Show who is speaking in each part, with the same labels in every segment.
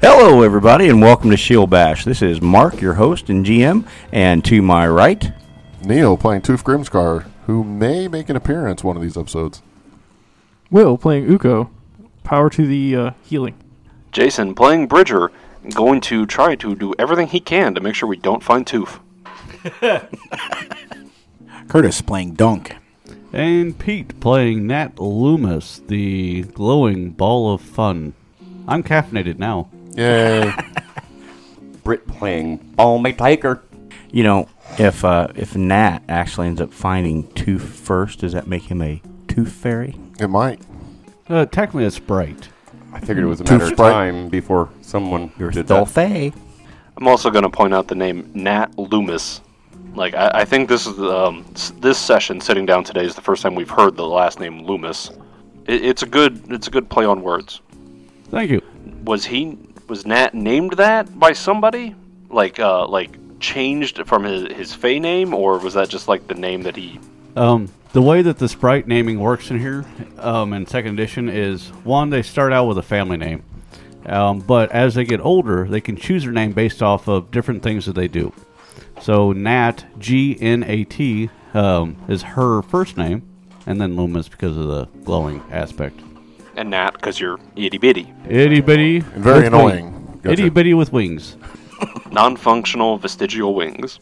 Speaker 1: Hello, everybody, and welcome to Shield Bash. This is Mark, your host and GM, and to my right,
Speaker 2: Neil playing Toof Grimscar, who may make an appearance one of these episodes.
Speaker 3: Will playing Uko. Power to the uh, healing.
Speaker 4: Jason playing Bridger, going to try to do everything he can to make sure we don't find Toof.
Speaker 5: Curtis playing Dunk.
Speaker 6: And Pete playing Nat Loomis, the glowing ball of fun. I'm caffeinated now.
Speaker 2: Yay.
Speaker 7: Brit playing Oh My Tiger.
Speaker 1: you know, if uh, if Nat actually ends up finding Tooth first, does that make him a Tooth Fairy?
Speaker 2: it might.
Speaker 6: Uh, technically, it's Sprite.
Speaker 7: I figured it was a
Speaker 2: Tooth
Speaker 7: matter of
Speaker 2: Sprite.
Speaker 7: time before someone
Speaker 1: You're
Speaker 7: did
Speaker 1: still
Speaker 7: that.
Speaker 1: Fay.
Speaker 4: I'm also going to point out the name Nat Loomis. Like, I, I think this is um, s- this session sitting down today is the first time we've heard the last name Loomis. It, it's a good it's a good play on words.
Speaker 6: Thank you.
Speaker 4: Was he was Nat named that by somebody? Like uh, like changed from his his Fey name, or was that just like the name that he?
Speaker 6: Um, the way that the Sprite naming works in here, um, in second edition, is one, they start out with a family name. Um, but as they get older, they can choose their name based off of different things that they do. So Nat, G N A T, um, is her first name, and then Loomis because of the glowing aspect.
Speaker 4: And Nat, because you're itty bitty,
Speaker 6: Itty bitty.
Speaker 2: Very
Speaker 6: with
Speaker 2: annoying.
Speaker 6: wing- Itty bitty with wings.
Speaker 4: non-functional vestigial wings.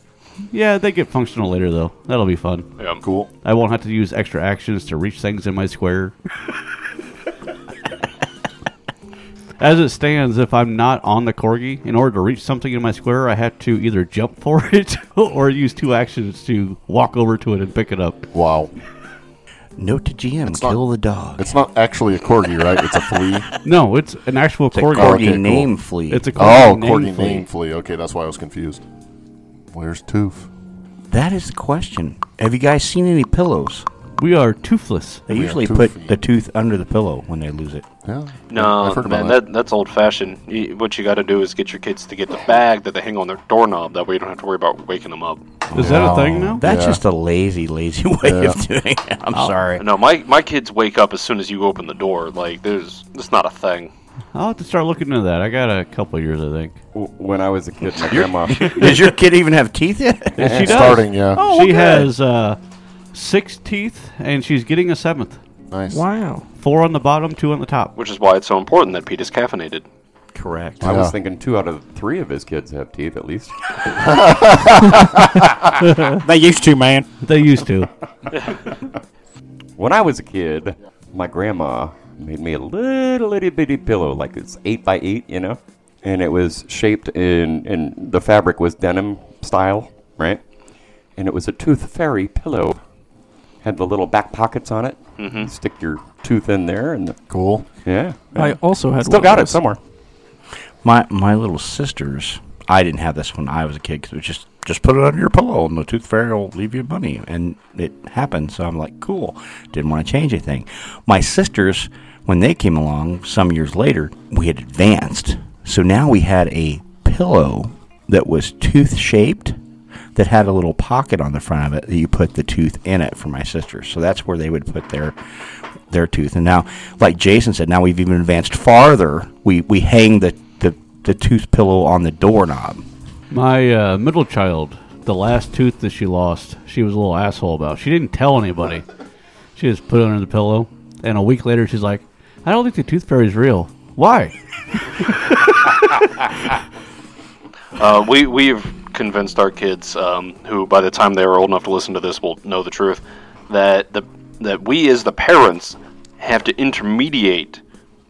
Speaker 6: Yeah, they get functional later though. That'll be fun.
Speaker 4: Yeah.
Speaker 2: Cool.
Speaker 6: I won't have to use extra actions to reach things in my square. As it stands, if I'm not on the corgi, in order to reach something in my square, I have to either jump for it or use two actions to walk over to it and pick it up.
Speaker 2: Wow.
Speaker 1: Note to GM:
Speaker 2: not-
Speaker 1: kill the dog.
Speaker 2: It's not actually a corgi, right? It's a flea.
Speaker 6: No, it's an actual
Speaker 1: It's a
Speaker 6: corgi.
Speaker 1: corgi
Speaker 2: okay, cool.
Speaker 1: name flea.
Speaker 6: It's a corgi.
Speaker 2: oh, corgi
Speaker 6: named flea.
Speaker 2: name flea. Okay, that's why I was confused. Where's Toof?
Speaker 1: that is the question. Have you guys seen any pillows?
Speaker 6: We are toothless.
Speaker 1: They
Speaker 2: We are
Speaker 1: usually
Speaker 2: toothy.
Speaker 1: put the tooth under the pillow when they lose it.
Speaker 2: Yeah.
Speaker 4: No,
Speaker 2: I've heard
Speaker 4: man,
Speaker 2: about that.
Speaker 4: that. that's old fashioned. You, what you got to do is get your kids to get the bag that they hang on their doorknob. That way you don't have to worry about waking them up.
Speaker 6: Is that a thing now?
Speaker 1: That's
Speaker 2: Yeah.
Speaker 1: just a lazy, lazy way
Speaker 2: Yeah. Oh,
Speaker 1: of doing it. I'm sorry.
Speaker 4: No, my my kids wake up as soon as you open the door. Like there's, it's not a thing.
Speaker 6: I'll have to start looking into that. I got a couple years, I think.
Speaker 7: W- When I was a kid, my grandma.
Speaker 1: Does your kid even have teeth yet?
Speaker 6: Yes, she does.
Speaker 2: Starting, yeah.
Speaker 4: Oh,
Speaker 6: she has uh, six teeth, and she's getting a seventh.
Speaker 2: Nice.
Speaker 3: Wow.
Speaker 6: Four on the bottom, two on the top.
Speaker 4: Which is why it's so important that Pete is caffeinated.
Speaker 1: Correct.
Speaker 7: I
Speaker 2: Yeah.
Speaker 7: was thinking two out of three of his kids have teeth at least.
Speaker 5: They used to, man.
Speaker 6: They used to.
Speaker 7: When I was a kid, my grandma made me a little itty bitty pillow, like it's eight by eight, you know, and it was shaped in, and the fabric was denim style, right? And it was a tooth fairy pillow. Had the little back pockets on it. Mm-hmm. Stick your tooth in there, and
Speaker 2: Cool.
Speaker 7: yeah,
Speaker 3: I
Speaker 7: yeah.
Speaker 3: also had
Speaker 7: still
Speaker 3: one
Speaker 7: got
Speaker 3: of
Speaker 7: it
Speaker 3: those.
Speaker 7: somewhere.
Speaker 1: My my little sisters. I didn't have this when I was a kid because it was just just put it under your pillow and the tooth fairy will leave you money, and it happened. So I'm like, cool. Didn't want to change anything. My sisters, when they came along some years later, we had advanced. So now we had a pillow that was tooth shaped that had a little pocket on the front of it that you put the tooth in it for my sisters. So that's where they would put their their tooth. And now, like Jason said, now we've even advanced farther. We we hang the the, the tooth pillow on the doorknob.
Speaker 6: My uh, middle child, the last tooth that she lost, she was a little asshole about. She didn't tell anybody. She just put it under the pillow, and a week later, she's like, "I don't think the tooth fairy's real." Why?
Speaker 4: Uh, we we've convinced our kids, um, who by the time they are old enough to listen to this will know the truth, that the that we as the parents have to intermediate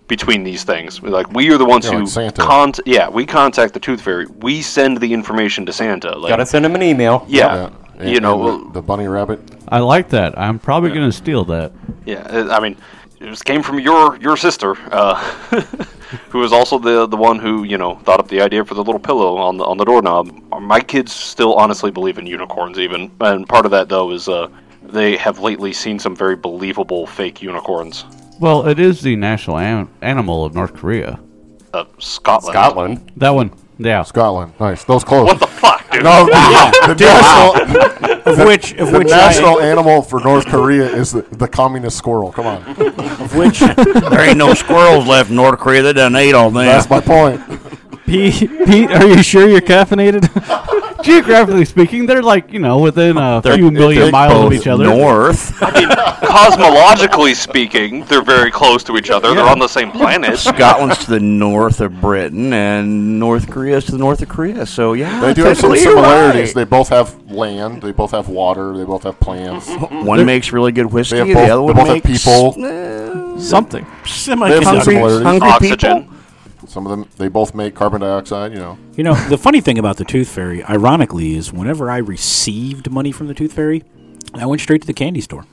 Speaker 4: between these things. Like we are the ones
Speaker 2: Yeah,
Speaker 4: who
Speaker 2: like Santa.
Speaker 4: con- yeah, we contact the tooth fairy. We send the information to Santa. Like
Speaker 7: Gotta send him an email.
Speaker 4: yeah,
Speaker 2: And-
Speaker 4: you know,
Speaker 2: and the, the bunny rabbit.
Speaker 6: I like that. I'm probably gonna steal that.
Speaker 4: Yeah, uh, I mean, this came from your your sister, uh, who was also the the one who you know thought up the idea for the little pillow on the on the doorknob. My kids still honestly believe in unicorns, even, and part of that though is uh, they have lately seen some very believable fake unicorns.
Speaker 6: Well, it is the national an- animal of North Korea.
Speaker 4: Uh, Scotland.
Speaker 7: Scotland.
Speaker 6: That one, yeah.
Speaker 2: Scotland. Nice. Those close.
Speaker 4: What the fuck, dude?
Speaker 2: no, the national,
Speaker 5: Of which, of
Speaker 2: the
Speaker 5: which,
Speaker 2: national animal for North Korea is the, the communist squirrel. Come on.
Speaker 5: I, of which,
Speaker 1: there ain't no squirrels left in North Korea. They done ate all them.
Speaker 2: That's my point.
Speaker 3: Pete, Pete, are you sure you're caffeinated?
Speaker 6: Geographically speaking, they're like you know within a few million
Speaker 1: They're
Speaker 6: miles of
Speaker 1: both
Speaker 6: each other.
Speaker 1: North.
Speaker 4: Cosmologically speaking, they're very close to each other. They're on the same planet.
Speaker 1: Scotland's to the north of Britain, and North Korea's to the north of Korea. So yeah,
Speaker 2: They do have some
Speaker 1: technically you're
Speaker 2: similarities.
Speaker 1: right.
Speaker 2: They both have land. They both have water. They both have plants.
Speaker 1: One makes really good whiskey.
Speaker 2: they have
Speaker 1: the
Speaker 2: both-
Speaker 1: other one
Speaker 2: they both have
Speaker 1: makes
Speaker 2: people.
Speaker 1: eh,
Speaker 3: Something.
Speaker 1: semi-
Speaker 2: They have some
Speaker 1: hungry,
Speaker 2: similarities.
Speaker 1: hungry
Speaker 4: Oxygen.
Speaker 1: people.
Speaker 2: Some of them, they both make carbon dioxide. You know,
Speaker 5: You know, the funny thing about the Tooth Fairy, ironically, is whenever I received money from the Tooth Fairy, I went straight to the candy store.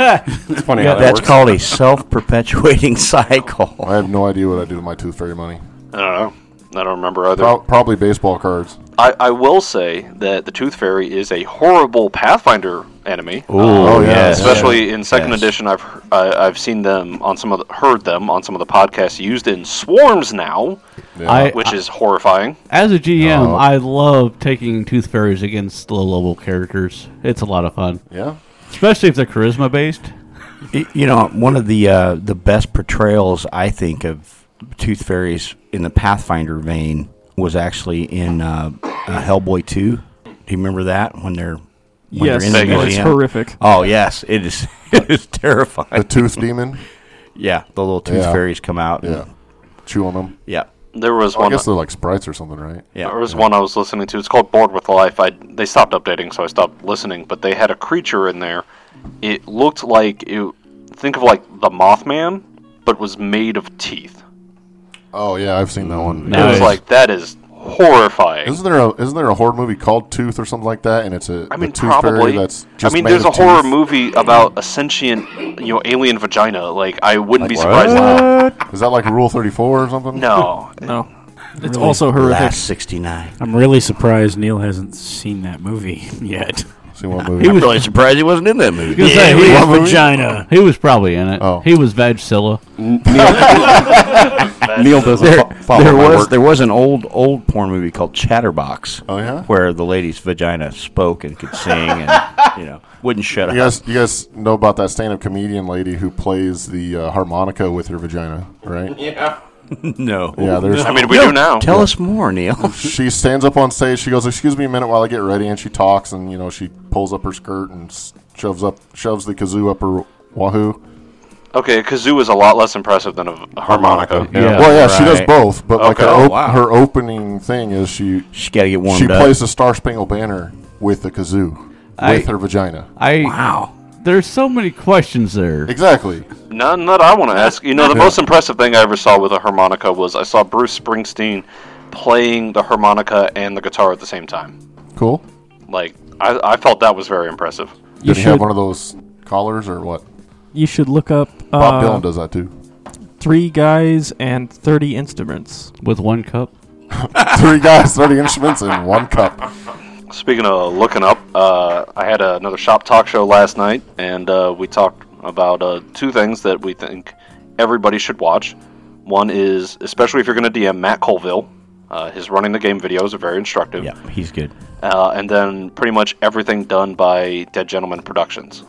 Speaker 7: It's funny how that
Speaker 1: That's
Speaker 7: works.
Speaker 1: called a self-perpetuating cycle.
Speaker 2: I have no idea what I do with my tooth fairy money.
Speaker 4: I don't know. I don't remember either.
Speaker 2: Pro- probably baseball cards.
Speaker 4: I, I will say that the Tooth Fairy is a horrible Pathfinder enemy. Um,
Speaker 1: oh
Speaker 2: yes.
Speaker 4: especially in second
Speaker 1: Yes.
Speaker 4: edition. I've he- I, I've seen them on some of the, heard them on some of the podcasts used in swarms now,
Speaker 2: Yeah.
Speaker 6: I,
Speaker 4: which is horrifying.
Speaker 6: as a GM, I love taking tooth fairies against low level characters. It's a lot of fun,
Speaker 2: yeah.
Speaker 6: especially if they're charisma based.
Speaker 1: Y- You know, one of the uh, the best portrayals I think of tooth fairies in the Pathfinder vein was actually in uh, uh, Hellboy Two. Do you remember that when they're when
Speaker 3: yes,
Speaker 1: they're in the
Speaker 3: and it's
Speaker 1: museum?
Speaker 3: horrific.
Speaker 1: Oh yes, it is. It is
Speaker 2: The
Speaker 1: terrifying.
Speaker 2: tooth demon.
Speaker 1: Yeah, the little tooth
Speaker 2: Yeah.
Speaker 1: fairies come out. and-
Speaker 2: Yeah. Chew on them.
Speaker 1: yeah,
Speaker 4: There was
Speaker 2: Well, Oh, I
Speaker 4: one.
Speaker 2: guess they're like sprites or something, right?
Speaker 1: yeah.
Speaker 4: There was one I was listening to. It's called Bored with Life. I they stopped updating, so I stopped listening. But they had a creature in there. It looked like it. Think of like the Mothman, but was made of teeth.
Speaker 2: Oh yeah, I've seen that one.
Speaker 4: It was
Speaker 6: Nice.
Speaker 4: like that is horrifying.
Speaker 2: Isn't there a isn't there a horror movie called Tooth or something like that? And it's a
Speaker 4: I
Speaker 2: the
Speaker 4: mean,
Speaker 2: tooth
Speaker 4: probably.
Speaker 2: fairy that's
Speaker 4: I
Speaker 2: just
Speaker 4: mean,
Speaker 2: made
Speaker 4: there's a
Speaker 2: of
Speaker 4: horror
Speaker 2: teeth?
Speaker 4: movie about a sentient, you know, alien vagina. Like, I wouldn't be surprised.
Speaker 2: Is that like Rule Thirty Four or something?
Speaker 4: No,
Speaker 3: No, it's also horrific.
Speaker 1: Last sixty nine.
Speaker 5: I'm really surprised Neil hasn't seen that movie yet.
Speaker 2: Seen what movie?
Speaker 1: I'm really surprised he wasn't in that movie.
Speaker 6: Because hey, he, was,
Speaker 5: vagina.
Speaker 6: he was probably in it.
Speaker 2: Oh.
Speaker 6: He was Vagzilla.
Speaker 7: Neil doesn't
Speaker 1: There,
Speaker 7: fo- follow
Speaker 1: there
Speaker 7: my
Speaker 1: was
Speaker 7: work.
Speaker 1: there was an old old porn movie called Chatterbox.
Speaker 2: Oh, yeah?
Speaker 1: where the lady's vagina spoke and could sing and you know wouldn't shut
Speaker 2: You
Speaker 1: up.
Speaker 2: guys, you guys know about that stand-up comedian lady who plays the uh, harmonica with her vagina, right? Yeah,
Speaker 1: No,
Speaker 2: there's.
Speaker 4: I mean, we do now.
Speaker 1: tell us more, Neil.
Speaker 2: She stands up on stage. She goes, "Excuse me a minute while I get ready," and she talks, and you know, she pulls up her skirt and s- shoves up, shoves the kazoo up her wahoo.
Speaker 4: Okay, a kazoo is a lot less impressive than a v- harmonica.
Speaker 6: Yeah.
Speaker 2: well, yeah, she does
Speaker 1: right.
Speaker 2: both, but like her,
Speaker 4: Okay. Oh,
Speaker 2: op-
Speaker 1: wow.
Speaker 2: her opening thing is she
Speaker 1: She's got to get warmed
Speaker 2: she
Speaker 1: up.
Speaker 2: plays the Star Spangled Banner with the kazoo with her vagina.
Speaker 6: I
Speaker 1: wow,
Speaker 6: there's so many questions there.
Speaker 2: Exactly.
Speaker 4: None that I want to ask. You know, the most impressive thing I ever saw with a harmonica was I saw Bruce Springsteen playing the harmonica and the guitar at the same time.
Speaker 2: Cool.
Speaker 4: Like, I, I felt that was very impressive.
Speaker 2: Did he have
Speaker 3: should-
Speaker 2: one of those collars or what?
Speaker 3: You should look up
Speaker 2: Bob
Speaker 3: uh,
Speaker 2: Dylan does that too.
Speaker 3: three guys and thirty instruments.
Speaker 6: With one cup.
Speaker 2: Three guys, thirty instruments in one cup.
Speaker 4: Speaking of looking up, uh, I had another shop talk show last night, and uh, we talked about uh, two things that we think everybody should watch. One is, especially if you're going to DM Matt Colville, uh, his running the game videos are very instructive.
Speaker 1: yeah, he's good.
Speaker 4: Uh, and then pretty much everything done by Dead Gentleman Productions.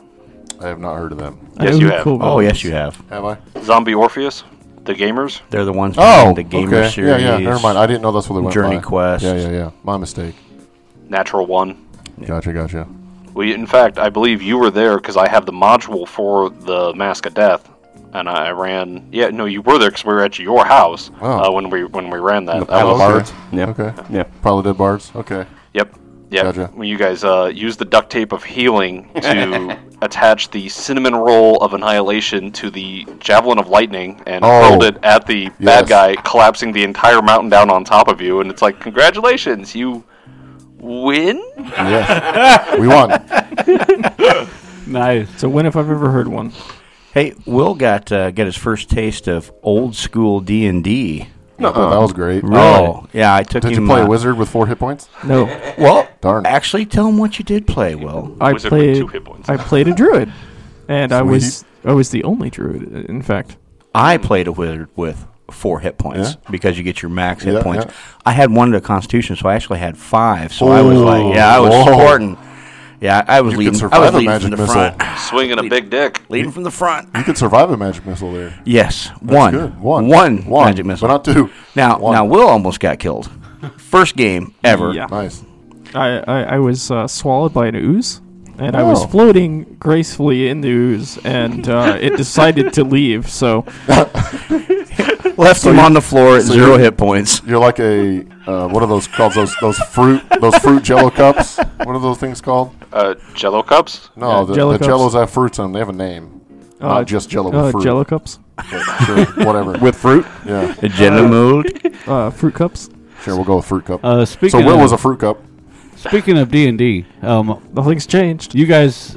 Speaker 2: I have not heard of them.
Speaker 3: I
Speaker 4: Yes,
Speaker 3: know
Speaker 4: you
Speaker 3: who
Speaker 4: have.
Speaker 3: Colville
Speaker 1: Oh
Speaker 3: is.
Speaker 1: yes, you have.
Speaker 2: Have I?
Speaker 4: Zombie Orpheus, The Gamers.
Speaker 1: They're the ones
Speaker 2: Oh,
Speaker 1: behind the gamer
Speaker 2: okay.
Speaker 1: series.
Speaker 2: Yeah, yeah. Never mind. I didn't know that's what they went
Speaker 1: Journey
Speaker 2: by.
Speaker 1: Quest.
Speaker 2: Yeah, yeah, yeah. My mistake.
Speaker 4: Natural One.
Speaker 2: Gotcha, gotcha.
Speaker 4: We, in fact, I believe you were there because I have the module for the Mask of Death, and I ran. Yeah, no, you were there because we were at your house
Speaker 2: Oh.
Speaker 4: uh, when we when we ran that. that
Speaker 7: Pile of
Speaker 4: was-
Speaker 7: Bards. Yeah.
Speaker 2: Okay.
Speaker 7: Yeah.
Speaker 2: Pile of dead bards. Okay.
Speaker 4: Yep. Yeah.
Speaker 2: Gotcha.
Speaker 4: When you guys uh, use the duct tape of healing to attach the cinnamon roll of annihilation to the javelin of lightning and
Speaker 2: Oh.
Speaker 4: hurled it at the
Speaker 2: Yes.
Speaker 4: bad guy, collapsing the entire mountain down on top of you, and it's like, congratulations, you win.
Speaker 2: Yeah. we won.
Speaker 6: Nice.
Speaker 3: It's a win if I've ever heard one.
Speaker 1: Hey, Will got uh, got his first taste of old school D and D.
Speaker 2: Oh, that was great.
Speaker 1: Oh, yeah, I took
Speaker 2: Did
Speaker 1: him.
Speaker 2: you play
Speaker 1: uh,
Speaker 2: a wizard with four hit points?
Speaker 3: No,
Speaker 1: Well,
Speaker 2: Darn.
Speaker 1: actually, tell him what you did play, Will.
Speaker 3: I
Speaker 4: Wizard with
Speaker 3: played.
Speaker 4: two hit points.
Speaker 3: I played a druid, and I was I was the only druid. uh, In fact,
Speaker 1: I played a wizard with four hit points
Speaker 2: Yeah.
Speaker 1: because you get your max hit
Speaker 2: Yeah,
Speaker 1: points.
Speaker 2: yeah.
Speaker 1: I had one to Constitution, so I actually had five. So I was
Speaker 2: Ooh,
Speaker 1: like, yeah, I was
Speaker 2: whoa.
Speaker 1: sporting. Yeah, I I was
Speaker 2: You could
Speaker 1: leading. I
Speaker 2: survive
Speaker 1: was
Speaker 2: a
Speaker 1: leading
Speaker 2: magic
Speaker 1: from the
Speaker 2: missile.
Speaker 1: front.
Speaker 4: Swinging a big dick.
Speaker 1: Leading from the front.
Speaker 2: You could survive a magic missile there.
Speaker 1: Yes,
Speaker 2: That's
Speaker 1: one,
Speaker 2: good. One.
Speaker 1: one
Speaker 2: One.
Speaker 1: magic missile.
Speaker 2: But not two.
Speaker 1: Now,
Speaker 2: One.
Speaker 1: now Will almost got killed. First game ever.
Speaker 3: Yeah.
Speaker 2: Nice.
Speaker 3: I, I, I was uh, swallowed by an ooze, and I was
Speaker 2: Oh.
Speaker 3: floating gracefully in the ooze, and uh, it decided to leave. So
Speaker 1: Left him on the floor at
Speaker 2: so
Speaker 1: zero
Speaker 2: you-
Speaker 1: hit points.
Speaker 2: You're like a uh, what are those called? Those those fruit those fruit Jello cups. What are those things called?
Speaker 4: Uh, Jello cups.
Speaker 2: No,
Speaker 3: Yeah,
Speaker 2: the,
Speaker 3: Jell-O
Speaker 2: the
Speaker 3: cups.
Speaker 2: Jellos have fruits on them. They have a name.
Speaker 3: Uh,
Speaker 6: Oh,
Speaker 2: Not just Jello with
Speaker 3: uh,
Speaker 2: fruit.
Speaker 3: Jello cups,
Speaker 2: but sure, whatever.
Speaker 7: With fruit?
Speaker 2: yeah,
Speaker 1: Agenda mode.
Speaker 3: uh, fruit cups.
Speaker 2: sure. We'll go with fruit cup. so
Speaker 6: Uh, speaking
Speaker 2: Will
Speaker 6: of,
Speaker 2: was a fruit cup.
Speaker 6: speaking of D and D, um,
Speaker 3: Nothing's changed.
Speaker 6: you guys,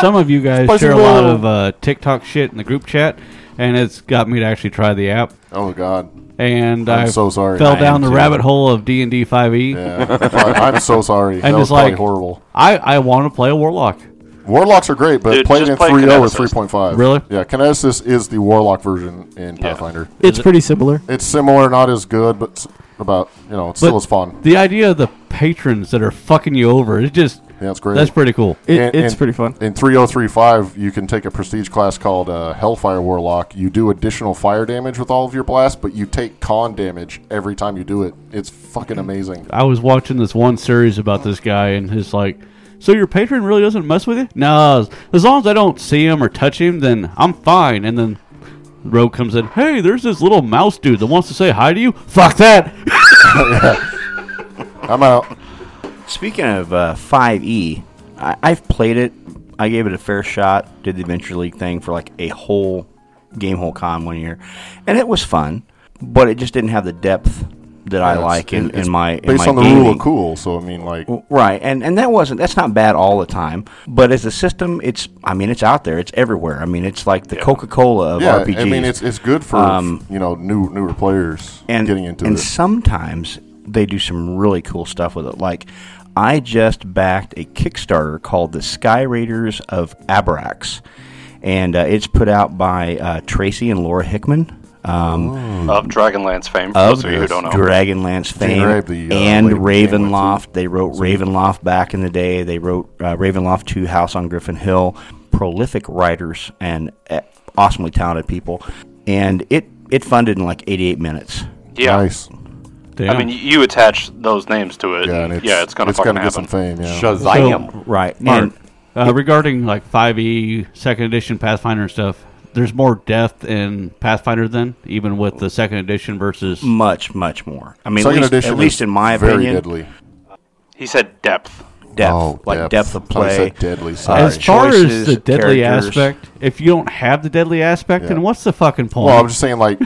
Speaker 6: some of you guys
Speaker 2: Spicy
Speaker 6: share a lot
Speaker 2: Will.
Speaker 6: of uh, TikTok shit in the group chat, and it's got me to actually try the app.
Speaker 2: Oh God,
Speaker 6: And
Speaker 2: I'm
Speaker 6: I
Speaker 2: so sorry.
Speaker 6: fell
Speaker 2: I
Speaker 6: down
Speaker 2: am
Speaker 6: the
Speaker 2: too.
Speaker 6: rabbit hole of D and D Five E.
Speaker 2: Yeah, I, am so sorry. that
Speaker 6: just
Speaker 2: was probably
Speaker 6: like-
Speaker 2: horrible.
Speaker 6: I I want to play a warlock.
Speaker 2: Warlocks are great, but
Speaker 4: Dude,
Speaker 2: played
Speaker 4: just
Speaker 2: in
Speaker 4: play
Speaker 2: 3.0 or
Speaker 4: Kineticist.
Speaker 2: 3.5.
Speaker 6: Really?
Speaker 2: Yeah, Kineticist is the Warlock version in Pathfinder.
Speaker 3: It's pretty similar.
Speaker 2: It's similar, not as good, but s- about you know, it's still
Speaker 6: But-
Speaker 2: as fun.
Speaker 6: The idea of the patrons that are fucking you over is just
Speaker 2: Yeah, it's great.
Speaker 6: that's pretty cool.
Speaker 3: It,
Speaker 2: And-
Speaker 3: it's
Speaker 2: and-
Speaker 3: pretty fun.
Speaker 2: In 3035, you can take a prestige class called uh, Hellfire Warlock. You do additional fire damage with all of your blasts, but you take con damage every time you do it. It's fucking amazing.
Speaker 6: I was watching this one series about this guy and his like. So your patron really doesn't mess with you? No, as- as long as I don't see him or touch him, then I'm fine. And then Rogue comes in. Hey, there's this little mouse dude that wants to say hi to you. Fuck that.
Speaker 2: I'm out.
Speaker 1: Speaking of uh, 5e, I- I've played it. I gave it a fair shot. Did the Adventure League thing for like a whole game whole con one year, and it was fun, but it just didn't have the depth that I
Speaker 2: It's-
Speaker 1: like in,
Speaker 2: it's
Speaker 1: in my in
Speaker 2: based
Speaker 1: my
Speaker 2: on the
Speaker 1: gaming.
Speaker 2: rule of cool. So I mean, like,
Speaker 1: Right, and and that wasn't that's not bad all the time, but as a system, it's I mean it's out there, it's everywhere. I mean it's like the Coca Cola of
Speaker 2: yeah,
Speaker 1: RPGs,
Speaker 2: I mean, it's it's good for
Speaker 1: Um,
Speaker 2: you know new newer players
Speaker 1: and
Speaker 2: getting into
Speaker 1: and
Speaker 2: it.
Speaker 1: sometimes they do some really cool stuff with it. Like I just backed a Kickstarter called the Sky Raiders of Abrax, and uh, it's put out by uh, Tracy and Laura Hickman. Um,
Speaker 4: Of
Speaker 2: Mm-hmm.
Speaker 4: Dragonlance fame, for
Speaker 1: of
Speaker 2: Oh.
Speaker 4: those of you who don't know.
Speaker 1: Dragonlance fame
Speaker 2: Rabe, the, uh,
Speaker 1: and
Speaker 2: lady from
Speaker 1: Ravenloft. They wrote Ravenloft back in the day. They wrote uh, Ravenloft 2 House on Griffin Hill. Prolific writers and uh, awesomely talented people. And it, it funded in like 88 minutes.
Speaker 4: yeah.
Speaker 2: Nice.
Speaker 4: I mean, y- you attach those names to it.
Speaker 2: Yeah,
Speaker 4: Yeah,
Speaker 2: and it's,
Speaker 4: yeah it's gonna
Speaker 2: it's
Speaker 4: fucking
Speaker 2: gonna get some
Speaker 4: happen.
Speaker 2: fame. Yeah.
Speaker 7: Shazam.
Speaker 1: Right.
Speaker 6: Mark,
Speaker 1: And,
Speaker 6: uh, regarding like 5e, second edition Pathfinder and stuff, there's more depth in Pathfinder than even with the second edition versus.
Speaker 1: much, much more. I mean, at
Speaker 2: Second
Speaker 1: least,
Speaker 2: edition
Speaker 1: at least
Speaker 2: is
Speaker 1: in my
Speaker 2: very
Speaker 1: opinion,
Speaker 2: deadly.
Speaker 4: He said depth.
Speaker 1: depth,
Speaker 2: Oh,
Speaker 1: like depth, of
Speaker 2: Thought you
Speaker 1: play. Uh,
Speaker 2: said deadly. Sorry.
Speaker 6: As far
Speaker 1: choices,
Speaker 6: as the deadly
Speaker 1: characters.
Speaker 6: aspect, if you don't have the deadly aspect,
Speaker 2: Yeah.
Speaker 6: then what's the fucking point?
Speaker 2: Well, I'm just saying, like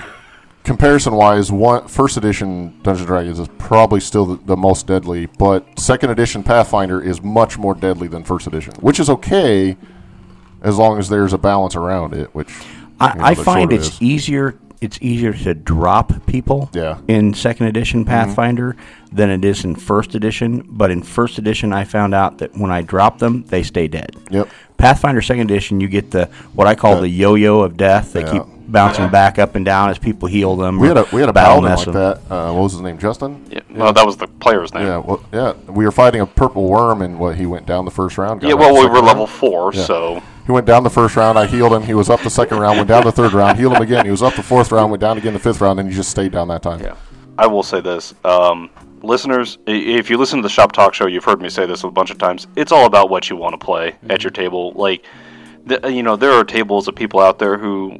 Speaker 2: comparison wise, one first edition Dungeons and Dragons is probably still the, the most deadly, but second edition Pathfinder is much more deadly than first edition, which is okay as long as there's a balance around it. Which
Speaker 1: I,
Speaker 2: you know,
Speaker 1: I
Speaker 2: that
Speaker 1: find
Speaker 2: sort of
Speaker 1: it's e-,
Speaker 2: is.
Speaker 1: easier. It's easier to drop people
Speaker 2: Yeah. Mm-hmm.
Speaker 1: in second edition Pathfinder than it is in first edition. But in first edition, I found out that when I drop them, they stay dead.
Speaker 2: Yep.
Speaker 1: Pathfinder second edition, you get the what I call the yo-yo of death. They
Speaker 2: Yeah.
Speaker 1: keep bouncing back up and down as people heal them.
Speaker 2: we
Speaker 1: or
Speaker 2: had a we had a
Speaker 1: battle
Speaker 2: paladin
Speaker 1: mess
Speaker 2: like
Speaker 1: them.
Speaker 2: that. Uh, what was his name? Justin.
Speaker 4: Yeah. No, that was the player's name.
Speaker 2: Yeah,
Speaker 4: Yeah,
Speaker 2: well, yeah, we were fighting a purple worm, and what he went down the first round. got
Speaker 4: well,
Speaker 2: up the
Speaker 4: we
Speaker 2: second
Speaker 4: were level
Speaker 2: round.
Speaker 4: four, so
Speaker 2: He went down the first round. I healed him. He was up the second round. Went down the third round. Healed him again. He was up the fourth round. Went down again the fifth round, and he just stayed down that time.
Speaker 4: Yeah. I will say this. Um, listeners, i- if you listen to the Shop Talk Show, you've heard me say this a bunch of times. It's all about what you want to play
Speaker 2: Mm-hmm.
Speaker 4: at your table. Like, th- you know, there are tables of people out there who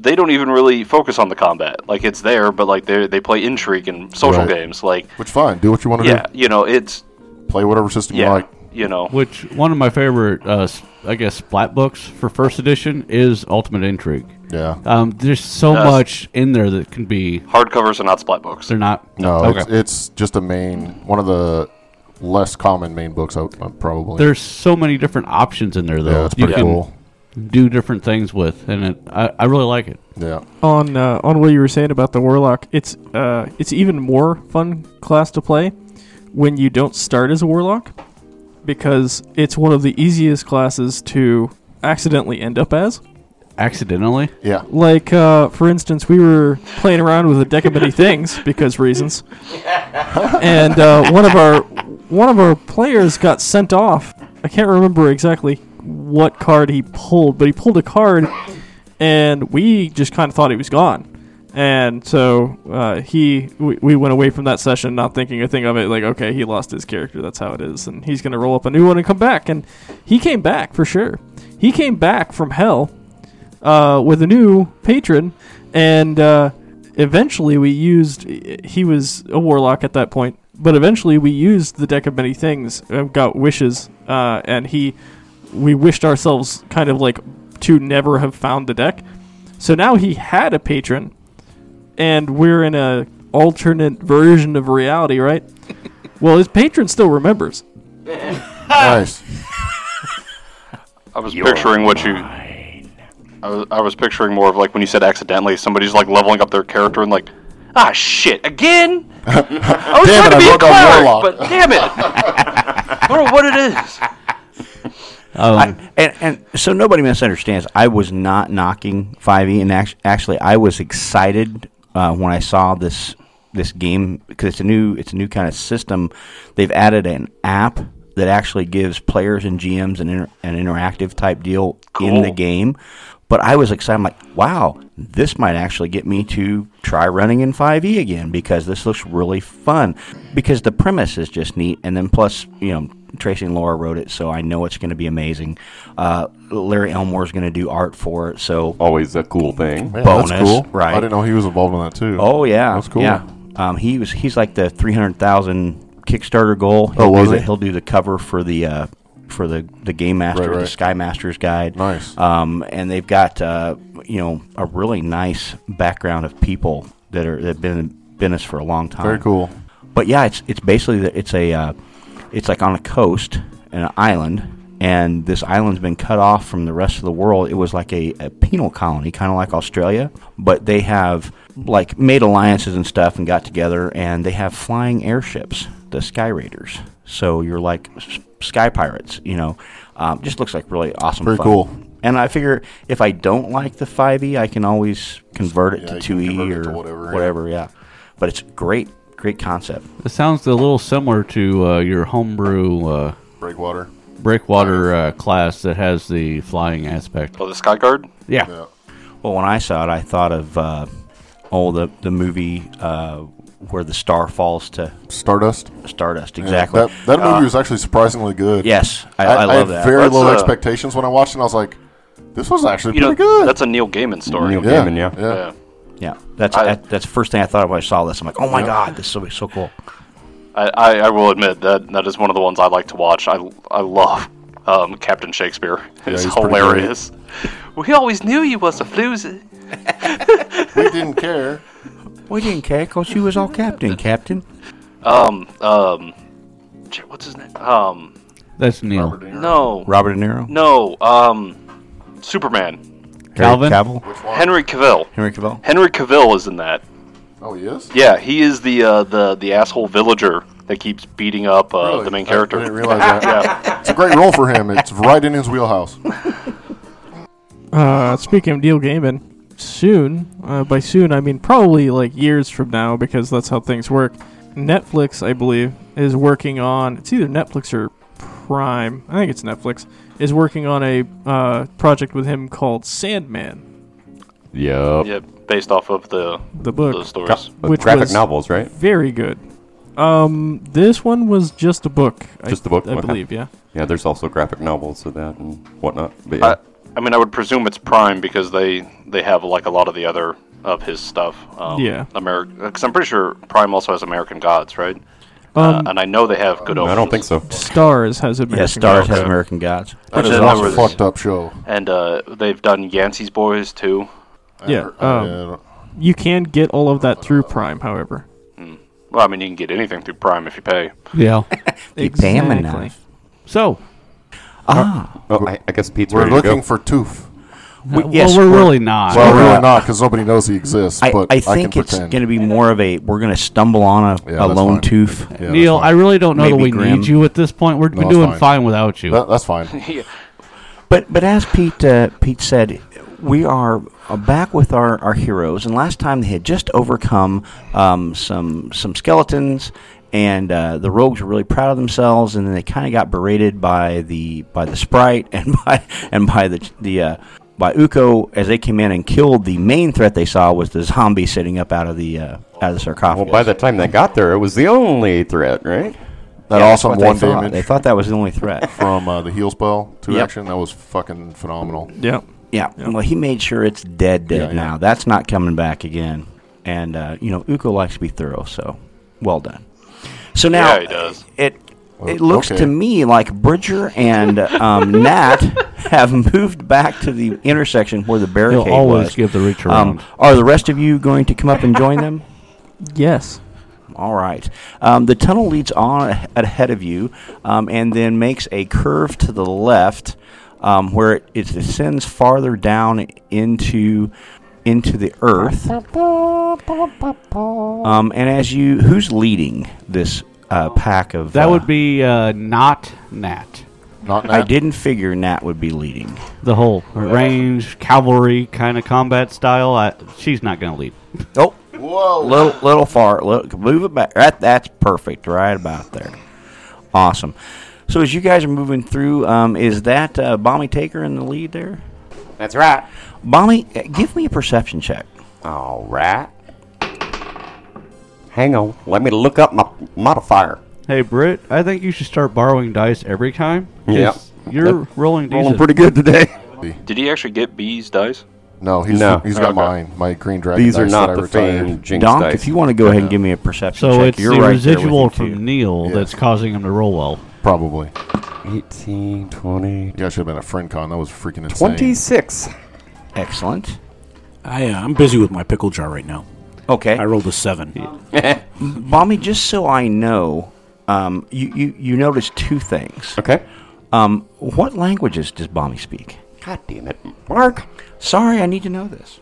Speaker 4: they don't even really focus on the combat. Like, it's there, but, like, they they play intrigue and social
Speaker 2: Right.
Speaker 4: games. Like,
Speaker 2: Which fine, do what you want to
Speaker 4: yeah,
Speaker 2: do.
Speaker 4: you know, it's,
Speaker 2: Play whatever system
Speaker 4: yeah,
Speaker 2: you like.
Speaker 4: you know.
Speaker 6: Which one of my favorite, uh, s- I guess, splat books for first edition is Ultimate Intrigue.
Speaker 2: Yeah.
Speaker 6: Um, there's so
Speaker 4: Yes.
Speaker 6: much in there that can be.
Speaker 4: Hardcovers are not splat books.
Speaker 6: They're not.
Speaker 2: No,
Speaker 6: Okay.
Speaker 2: it's, it's just a main, one of the less common main books. I, I probably.
Speaker 6: there's so many different options in there though.
Speaker 2: yeah, that's
Speaker 6: you
Speaker 2: pretty
Speaker 6: can
Speaker 2: cool.
Speaker 6: do different things with, and it, I, I really like it.
Speaker 2: Yeah.
Speaker 3: On uh, on what you were saying about the warlock, it's uh it's even more fun class to play when you don't start as a warlock because it's one of the easiest classes to accidentally end up as.
Speaker 6: Accidentally,
Speaker 2: Yeah.
Speaker 3: Like, uh, for instance, we were playing around with a deck of many things because reasons, and uh, one of our one of our players got sent off I can't remember exactly what card he pulled, but he pulled a card, and we just kind of thought he was gone. And so uh, he, we, we went away from that session not thinking a thing of it. Like, okay, he lost his character. That's how it is, and he's gonna roll up a new one and come back. And he came back for sure. He came back from hell uh, with a new patron, and uh, eventually we used. He was a warlock at that point, but eventually we used the deck of many things. uh, Got wishes, uh, and he, we wished ourselves kind of like to never have found the deck. So now he had a patron, and we're in a alternate version of reality, right? well, his patron still remembers.
Speaker 2: nice.
Speaker 1: Ah!
Speaker 4: I was picturing what you. I was, I was picturing more of like when you said accidentally, somebody's like leveling up their character and like, ah, shit, again? I was
Speaker 2: Damn
Speaker 4: trying
Speaker 2: it,
Speaker 4: to
Speaker 2: I
Speaker 4: be a
Speaker 2: rolled on
Speaker 4: cleric,
Speaker 2: warlock.
Speaker 4: but damn it. I don't know what it is.
Speaker 1: And, and so nobody misunderstands. I was not knocking 5e, and act- actually, I was excited uh, when I saw this this game because it's a new it's a new kind of system. They've added an app that actually gives players and GMs an inter- an interactive type deal in the
Speaker 4: Cool.
Speaker 1: game. But I was excited. I'm like, wow, this might actually get me to try running in 5e again because this looks really fun. Because the premise is just neat. And then plus, you know, Tracy and Laura wrote it, so I know it's going to be amazing. Uh, Larry Elmore's going to do art for it, so.
Speaker 2: Oh,
Speaker 7: Always a cool thing.
Speaker 2: Man,
Speaker 1: Bonus,
Speaker 2: that's cool.
Speaker 1: right.
Speaker 2: I didn't know he was involved in that too.
Speaker 1: Oh, yeah.
Speaker 2: That's cool.
Speaker 1: Yeah. Um, he was, he's like the 300,000 Kickstarter goal. He'll
Speaker 2: Oh, was
Speaker 1: do the-
Speaker 2: he?
Speaker 1: He'll do the cover for the. Uh, for the, the game master,
Speaker 2: Right,
Speaker 1: the
Speaker 2: right.
Speaker 1: Sky Master's guide,
Speaker 2: Nice.
Speaker 1: um, and they've got uh, you know a really nice background of people that are that have been in business for a long time.
Speaker 2: Very cool.
Speaker 1: But yeah, it's it's basically that it's a uh, it's like on a coast and an island, and this island's been cut off from the rest of the world. It was like a, a penal colony, kind of like Australia, but they have like made alliances and stuff and got together, and they have flying airships, the Sky Raiders. So you're like s- sky pirates, you know. Um, just looks like really awesome.
Speaker 2: Pretty
Speaker 1: fun.
Speaker 2: cool.
Speaker 1: And I figure if I don't like the 5e, I can always convert it
Speaker 2: Yeah,
Speaker 1: to
Speaker 2: you can
Speaker 1: 2e
Speaker 2: convert it
Speaker 1: or
Speaker 2: to whatever, yeah.
Speaker 1: whatever, yeah. But it's great, great concept.
Speaker 6: It sounds a little similar to uh, your homebrew uh,
Speaker 2: Breakwater.
Speaker 6: breakwater uh, class that has the flying aspect.
Speaker 4: Oh, the Sky Guard?
Speaker 6: Yeah.
Speaker 2: Yeah.
Speaker 1: Well, when I saw it, I thought of uh, oh the the movie uh, where the star falls to
Speaker 2: Stardust.
Speaker 1: Stardust.
Speaker 2: Yeah,
Speaker 1: Exactly. Uh,
Speaker 2: that that movie was actually surprisingly good.
Speaker 1: yes, I, I,
Speaker 2: had
Speaker 1: love that.
Speaker 2: very
Speaker 4: That's,
Speaker 2: low
Speaker 4: uh,
Speaker 2: expectations when I watched it. and I was like, this was actually
Speaker 4: You know,
Speaker 2: pretty good.
Speaker 4: that's a Neil Gaiman story.
Speaker 7: Neil
Speaker 2: yeah,
Speaker 7: Gaiman, yeah.
Speaker 2: yeah.
Speaker 4: Yeah.
Speaker 1: yeah, that's
Speaker 4: I-
Speaker 1: that, that's the first thing I thought of when I saw this. I'm like, oh my god, this is so cool.
Speaker 4: I, I, I will admit that that is one of the ones I like to watch. I, I love um, Captain Shakespeare. It's
Speaker 2: he's pretty
Speaker 4: hilarious. We always knew you was a floozy.
Speaker 2: We didn't care.
Speaker 1: We didn't care because you was all captain, captain.
Speaker 4: Um, um, j- what's his name? Um,
Speaker 6: That's Neil.
Speaker 4: no,
Speaker 1: Robert De Niro,
Speaker 4: no, um, Superman.
Speaker 1: Harry
Speaker 6: Calvin.
Speaker 1: Cavill,
Speaker 4: Henry Cavill.
Speaker 1: Henry Cavill.
Speaker 4: Henry Cavill is in that.
Speaker 2: Oh, he is?
Speaker 4: Yeah, he is the uh, the the asshole villager that keeps beating up uh,
Speaker 2: Really?
Speaker 4: the main
Speaker 2: I- I, didn't
Speaker 4: character.
Speaker 2: realize that.
Speaker 4: yeah,
Speaker 2: It's a great role for him. It's right in his wheelhouse.
Speaker 3: Uh, speaking of Neil Gaiman, soon, uh, by soon I mean probably like years from now because that's how things work. Netflix, I believe, is working on it's either Netflix or Prime. I think it's Netflix is working on a uh, project with him called Sandman,
Speaker 7: Yep.
Speaker 4: yeah, based off of the
Speaker 3: the
Speaker 4: the
Speaker 3: book.
Speaker 7: Gra-
Speaker 4: stories.
Speaker 7: with
Speaker 3: Which
Speaker 7: graphic
Speaker 3: was-
Speaker 7: novels, right?
Speaker 3: Very good. Um, this one was just a book.
Speaker 7: Just
Speaker 3: I,
Speaker 7: a book?
Speaker 3: I
Speaker 7: Okay.
Speaker 3: believe. Yeah.
Speaker 7: Yeah, there's also graphic novels of that and whatnot. But yeah.
Speaker 4: I, I mean, I would presume it's Prime because they they have like a lot of the other of his stuff. Um,
Speaker 3: Yeah.
Speaker 4: America. Because I'm pretty sure Prime also has American Gods, right? uh,
Speaker 3: Um,
Speaker 4: and I know they have Good
Speaker 7: No,
Speaker 4: Omens.
Speaker 7: I don't think so.
Speaker 3: Stars has American.
Speaker 1: Yes, Stars
Speaker 3: Gods.
Speaker 1: has American Gods.
Speaker 2: That
Speaker 4: Which
Speaker 2: is
Speaker 4: is
Speaker 2: an awesome
Speaker 4: another-
Speaker 2: fucked up show.
Speaker 4: And uh, they've done Yancey's Boys too.
Speaker 3: Yeah,
Speaker 2: I- I-
Speaker 3: um,
Speaker 2: I don't-
Speaker 3: You can get all of that through Prime, however.
Speaker 4: Well, I mean, you can get anything through Prime if you pay.
Speaker 6: Yeah.
Speaker 1: Damn
Speaker 3: Exactly.
Speaker 1: enough.
Speaker 6: So,
Speaker 7: Oh, I, I guess Pete's
Speaker 2: we're
Speaker 7: ready to go.
Speaker 2: looking for Toof.
Speaker 1: We-
Speaker 6: uh, well, we're,
Speaker 1: we're-
Speaker 6: really not.
Speaker 2: Well,
Speaker 1: we're, uh,
Speaker 2: really not, because nobody knows he exists.
Speaker 1: I,
Speaker 2: but
Speaker 1: I
Speaker 2: I
Speaker 1: think
Speaker 2: can
Speaker 1: it's
Speaker 2: pretend.
Speaker 1: going to be more of a we're going to stumble on a,
Speaker 2: Yeah,
Speaker 1: a
Speaker 2: that's
Speaker 1: lone
Speaker 2: fine.
Speaker 1: tooth.
Speaker 2: Yeah, that's
Speaker 6: Neil,
Speaker 2: fine.
Speaker 6: I really don't know that
Speaker 1: Maybe
Speaker 6: we
Speaker 1: Grimm.
Speaker 6: need you at this point. We're, we're
Speaker 2: it's
Speaker 6: doing
Speaker 2: fine.
Speaker 6: fine without you.
Speaker 2: That- that's fine.
Speaker 1: But but as Pete uh, Pete said, we are uh, back with our, our heroes, and last time they had just overcome um, some some skeletons, and uh, the rogues were really proud of themselves, and then they kind of got berated by the by the sprite and by and by the the uh, by Uko as they came in and killed the main threat they saw was the zombie sitting up out of the uh, out of the sarcophagus.
Speaker 7: Well, by the time they got there, it was the only threat, right?
Speaker 2: That
Speaker 1: Yeah, that's
Speaker 2: awesome
Speaker 1: what they
Speaker 2: one
Speaker 1: thought.
Speaker 2: damage
Speaker 1: They thought that was the only threat.
Speaker 2: from uh, the heal spell to
Speaker 1: Yep.
Speaker 2: action that was fucking phenomenal.
Speaker 3: Yeah.
Speaker 1: Yeah. Well, he made sure it's dead, dead now. That's not coming back again. And uh, you know, Uko likes to be thorough, so well done. So now
Speaker 4: Yeah, he does.
Speaker 1: it it
Speaker 2: Well,
Speaker 1: looks
Speaker 2: okay.
Speaker 1: to me like Bridger and um, Nat have moved back to the intersection where the barricade
Speaker 6: He'll always
Speaker 1: was.
Speaker 6: give the reach around.
Speaker 1: um, are the rest of you going to come up and join them?
Speaker 3: Yes.
Speaker 1: All right. Um, the tunnel leads on a- ahead of you um, and then makes a curve to the left um, where it, it descends farther down into into the earth. Um, and as you, who's leading this uh, pack of?
Speaker 6: that
Speaker 1: uh,
Speaker 6: would be uh, not Nat.
Speaker 2: Not
Speaker 1: I
Speaker 2: Nat.
Speaker 1: didn't figure Nat would be leading.
Speaker 6: The whole range cavalry kind of combat style. I, she's not going to lead.
Speaker 1: Oh,
Speaker 2: Whoa.
Speaker 1: little little far. Look, move it back. That, that's perfect. Right about there. Awesome. So as you guys are moving through, um, is that uh, Bommy Taker in the lead there?
Speaker 7: That's right.
Speaker 1: Bonnie, uh, give me a perception check.
Speaker 7: All right. Hang on. Let me look up my modifier.
Speaker 6: Hey, Britt, I think you should start borrowing dice every time. 'cause
Speaker 7: Yeah.
Speaker 6: You're rolling
Speaker 7: Rolling
Speaker 6: decent.
Speaker 7: pretty good today.
Speaker 4: Did he actually get B's dice?
Speaker 2: No, he's,
Speaker 7: No.
Speaker 2: he's got
Speaker 4: Okay.
Speaker 2: mine. My green dragon.
Speaker 7: These are
Speaker 2: dice
Speaker 7: not
Speaker 2: that I
Speaker 7: the
Speaker 2: retired.
Speaker 7: famed jinx
Speaker 1: Donk,
Speaker 7: dice.
Speaker 1: if you want to go ahead and give me a perception
Speaker 6: so
Speaker 1: check,
Speaker 6: it's
Speaker 1: you're
Speaker 6: the
Speaker 1: right there with
Speaker 6: residual
Speaker 1: you,
Speaker 6: from
Speaker 1: too.
Speaker 6: Neil
Speaker 2: Yeah.
Speaker 6: that's causing him to roll well.
Speaker 2: Probably.
Speaker 7: 18, 20,
Speaker 2: You guys should have been at FriendCon. That was freaking insane.
Speaker 7: 26.
Speaker 1: Excellent.
Speaker 5: I, uh, I'm busy with my pickle jar right now.
Speaker 1: Okay,
Speaker 5: I rolled a seven.
Speaker 1: Bonnie, just so I know, um, you, you you notice two things.
Speaker 7: Okay.
Speaker 1: Um, what languages does Bonnie speak?
Speaker 7: God damn it, Mark.
Speaker 1: Sorry, I need to know this.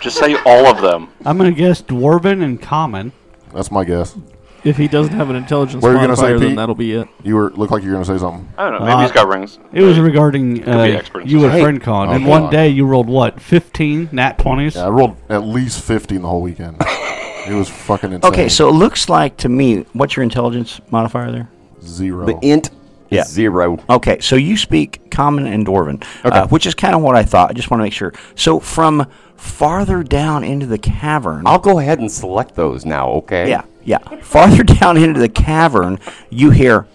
Speaker 4: Just say all of them.
Speaker 6: I'm going to guess Dwarven and Common.
Speaker 2: That's my guess.
Speaker 3: If he doesn't have an intelligence
Speaker 2: What were you gonna say,
Speaker 3: modifier, then
Speaker 2: Pete?
Speaker 3: that'll be it.
Speaker 2: You were look like you were going to say something.
Speaker 4: I don't know. Maybe he's got rings.
Speaker 6: It was regarding
Speaker 4: be
Speaker 6: uh,
Speaker 4: experts.
Speaker 6: you at
Speaker 7: Hey.
Speaker 6: FriendCon. and
Speaker 2: Oh,
Speaker 6: one
Speaker 2: God.
Speaker 6: day you rolled what? 15 nat 20s?
Speaker 2: Yeah, I rolled at least 50 in the whole weekend. it was fucking insane.
Speaker 1: Okay, so it looks like to me, what's your intelligence modifier there?
Speaker 2: zero.
Speaker 7: The int
Speaker 1: Yeah.
Speaker 7: is zero.
Speaker 1: Okay, so you speak Common and Dwarven, uh, which is kind of what I thought. I just want to make sure. So from farther down into the cavern,
Speaker 7: I'll go ahead and select those now, okay?
Speaker 1: Yeah, yeah. Farther down into the cavern, you hear.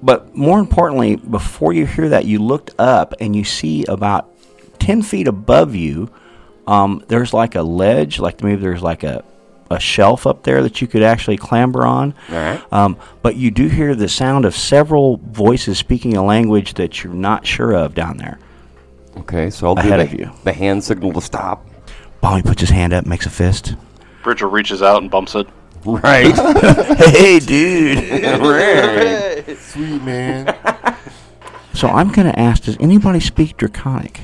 Speaker 1: But more importantly, before you hear that, you looked up and you see about 10 feet above you, um, there's like a ledge, like maybe there's like a, a shelf up there that you could actually clamber on.
Speaker 7: Alright.
Speaker 1: Um, but you do hear the sound of several voices speaking a language that you're not sure of down there.
Speaker 7: Okay, so I'll do
Speaker 1: Ahead
Speaker 7: the,
Speaker 1: of you.
Speaker 7: the hand signal to stop.
Speaker 1: Bobby puts his hand up, makes a fist.
Speaker 4: Bridger reaches out and bumps it.
Speaker 7: Right.
Speaker 1: hey, dude.
Speaker 7: right.
Speaker 2: Sweet man.
Speaker 1: So I'm going to ask, does anybody speak Draconic?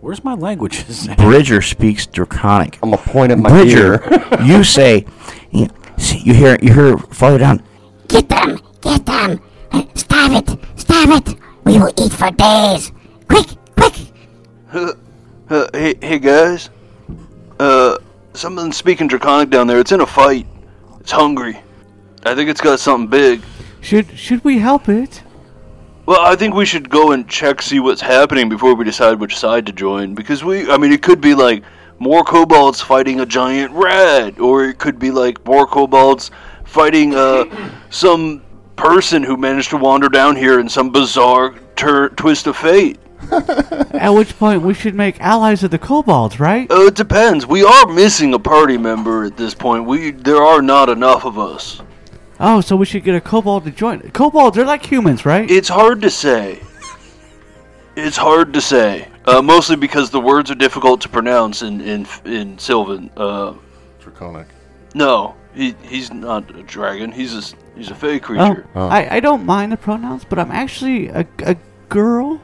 Speaker 5: Where's my languages?
Speaker 1: Bridger speaks Draconic.
Speaker 7: I'm going to point at my
Speaker 1: Bridger,
Speaker 7: ear.
Speaker 1: you say, you, see, you hear, you hear farther down.
Speaker 8: Get them! Get them! Starve it! Starve it! We will eat for days! Quick! Quick!
Speaker 4: Uh, hey, hey guys. Uh, something's speaking draconic down there. It's in a fight. It's hungry. I think it's got something big.
Speaker 6: Should should we help it?
Speaker 4: Well, I think we should go and check see what's happening before we decide which side to join because we I mean it could be like more kobolds fighting a giant rat or it could be like more kobolds fighting uh some person who managed to wander down here in some bizarre tur- twist of fate.
Speaker 6: At which point we should make allies of the kobolds, right?
Speaker 4: Uh, it depends. We are missing a party member at this point. We there are not enough of us.
Speaker 6: Oh, so we should get a kobold to join. Kobolds are like humans, right?
Speaker 4: It's hard to say. It's hard to say. Uh, mostly because the words are difficult to pronounce in in in Sylvan. Uh,
Speaker 2: Draconic.
Speaker 4: no, he he's not a dragon. He's a s- he's a fey creature.
Speaker 6: Oh, I, I don't mind the pronouns, but I'm actually a, a girl.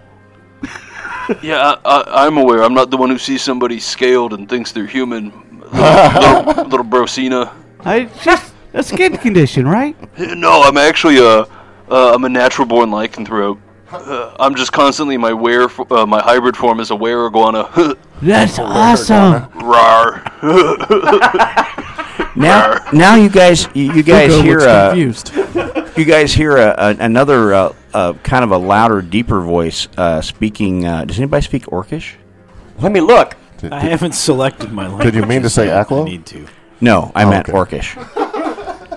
Speaker 4: Yeah, I, I, I'm aware. I'm not the one who sees somebody scaled and thinks they're human. Little, little, little brosina.
Speaker 6: I just a skin condition, right?
Speaker 4: No, I'm actually a, uh, I'm a natural born lycanthrope. Uh, I'm just constantly my wear, uh, my hybrid form is a wear iguana.
Speaker 6: That's awesome.
Speaker 4: Rar.
Speaker 1: Now, now you guys, you, you guys
Speaker 3: Hugo
Speaker 1: hear
Speaker 3: looks
Speaker 1: a,
Speaker 3: confused.
Speaker 1: you guys hear a, a, another uh, uh, kind of a louder, deeper voice uh, speaking. Uh, does anybody speak Orcish?
Speaker 7: Let me look.
Speaker 2: Did,
Speaker 5: I
Speaker 2: did-
Speaker 5: haven't selected my language.
Speaker 2: did you mean to say
Speaker 5: I
Speaker 2: Aqua?
Speaker 5: need to.
Speaker 1: No, I meant
Speaker 2: okay.
Speaker 1: Orcish.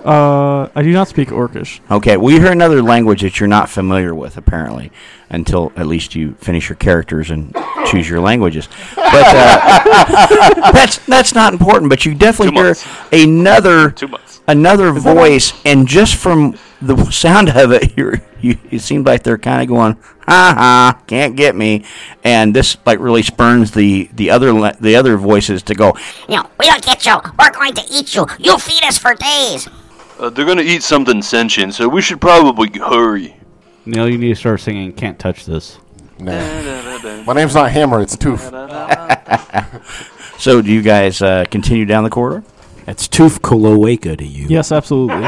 Speaker 3: Uh, I do not speak Orcish.
Speaker 1: Okay, we hear another language that you're not familiar with apparently, until at least you finish your characters and choose your languages. But uh, that's that's not important. But you definitely
Speaker 4: Two
Speaker 1: hear
Speaker 4: months.
Speaker 1: another
Speaker 4: Two months.
Speaker 1: another voice, and just from the sound of it, you're, you it seems like they're kind of going, "Ha ha, can't get me," and this like really spurns the the other le- the other voices to go.
Speaker 8: You know, we don't get you. We're going to eat you. You'll feed us for days.
Speaker 4: Uh, they're gonna eat something sentient, so we should probably hurry.
Speaker 6: Neil, you need to start singing "Can't Touch This."
Speaker 2: No. My name's not Hammer, it's Toof.
Speaker 1: So, do you guys uh, continue down the corridor?
Speaker 5: That's Toof Koloweka to you.
Speaker 3: Yes, absolutely.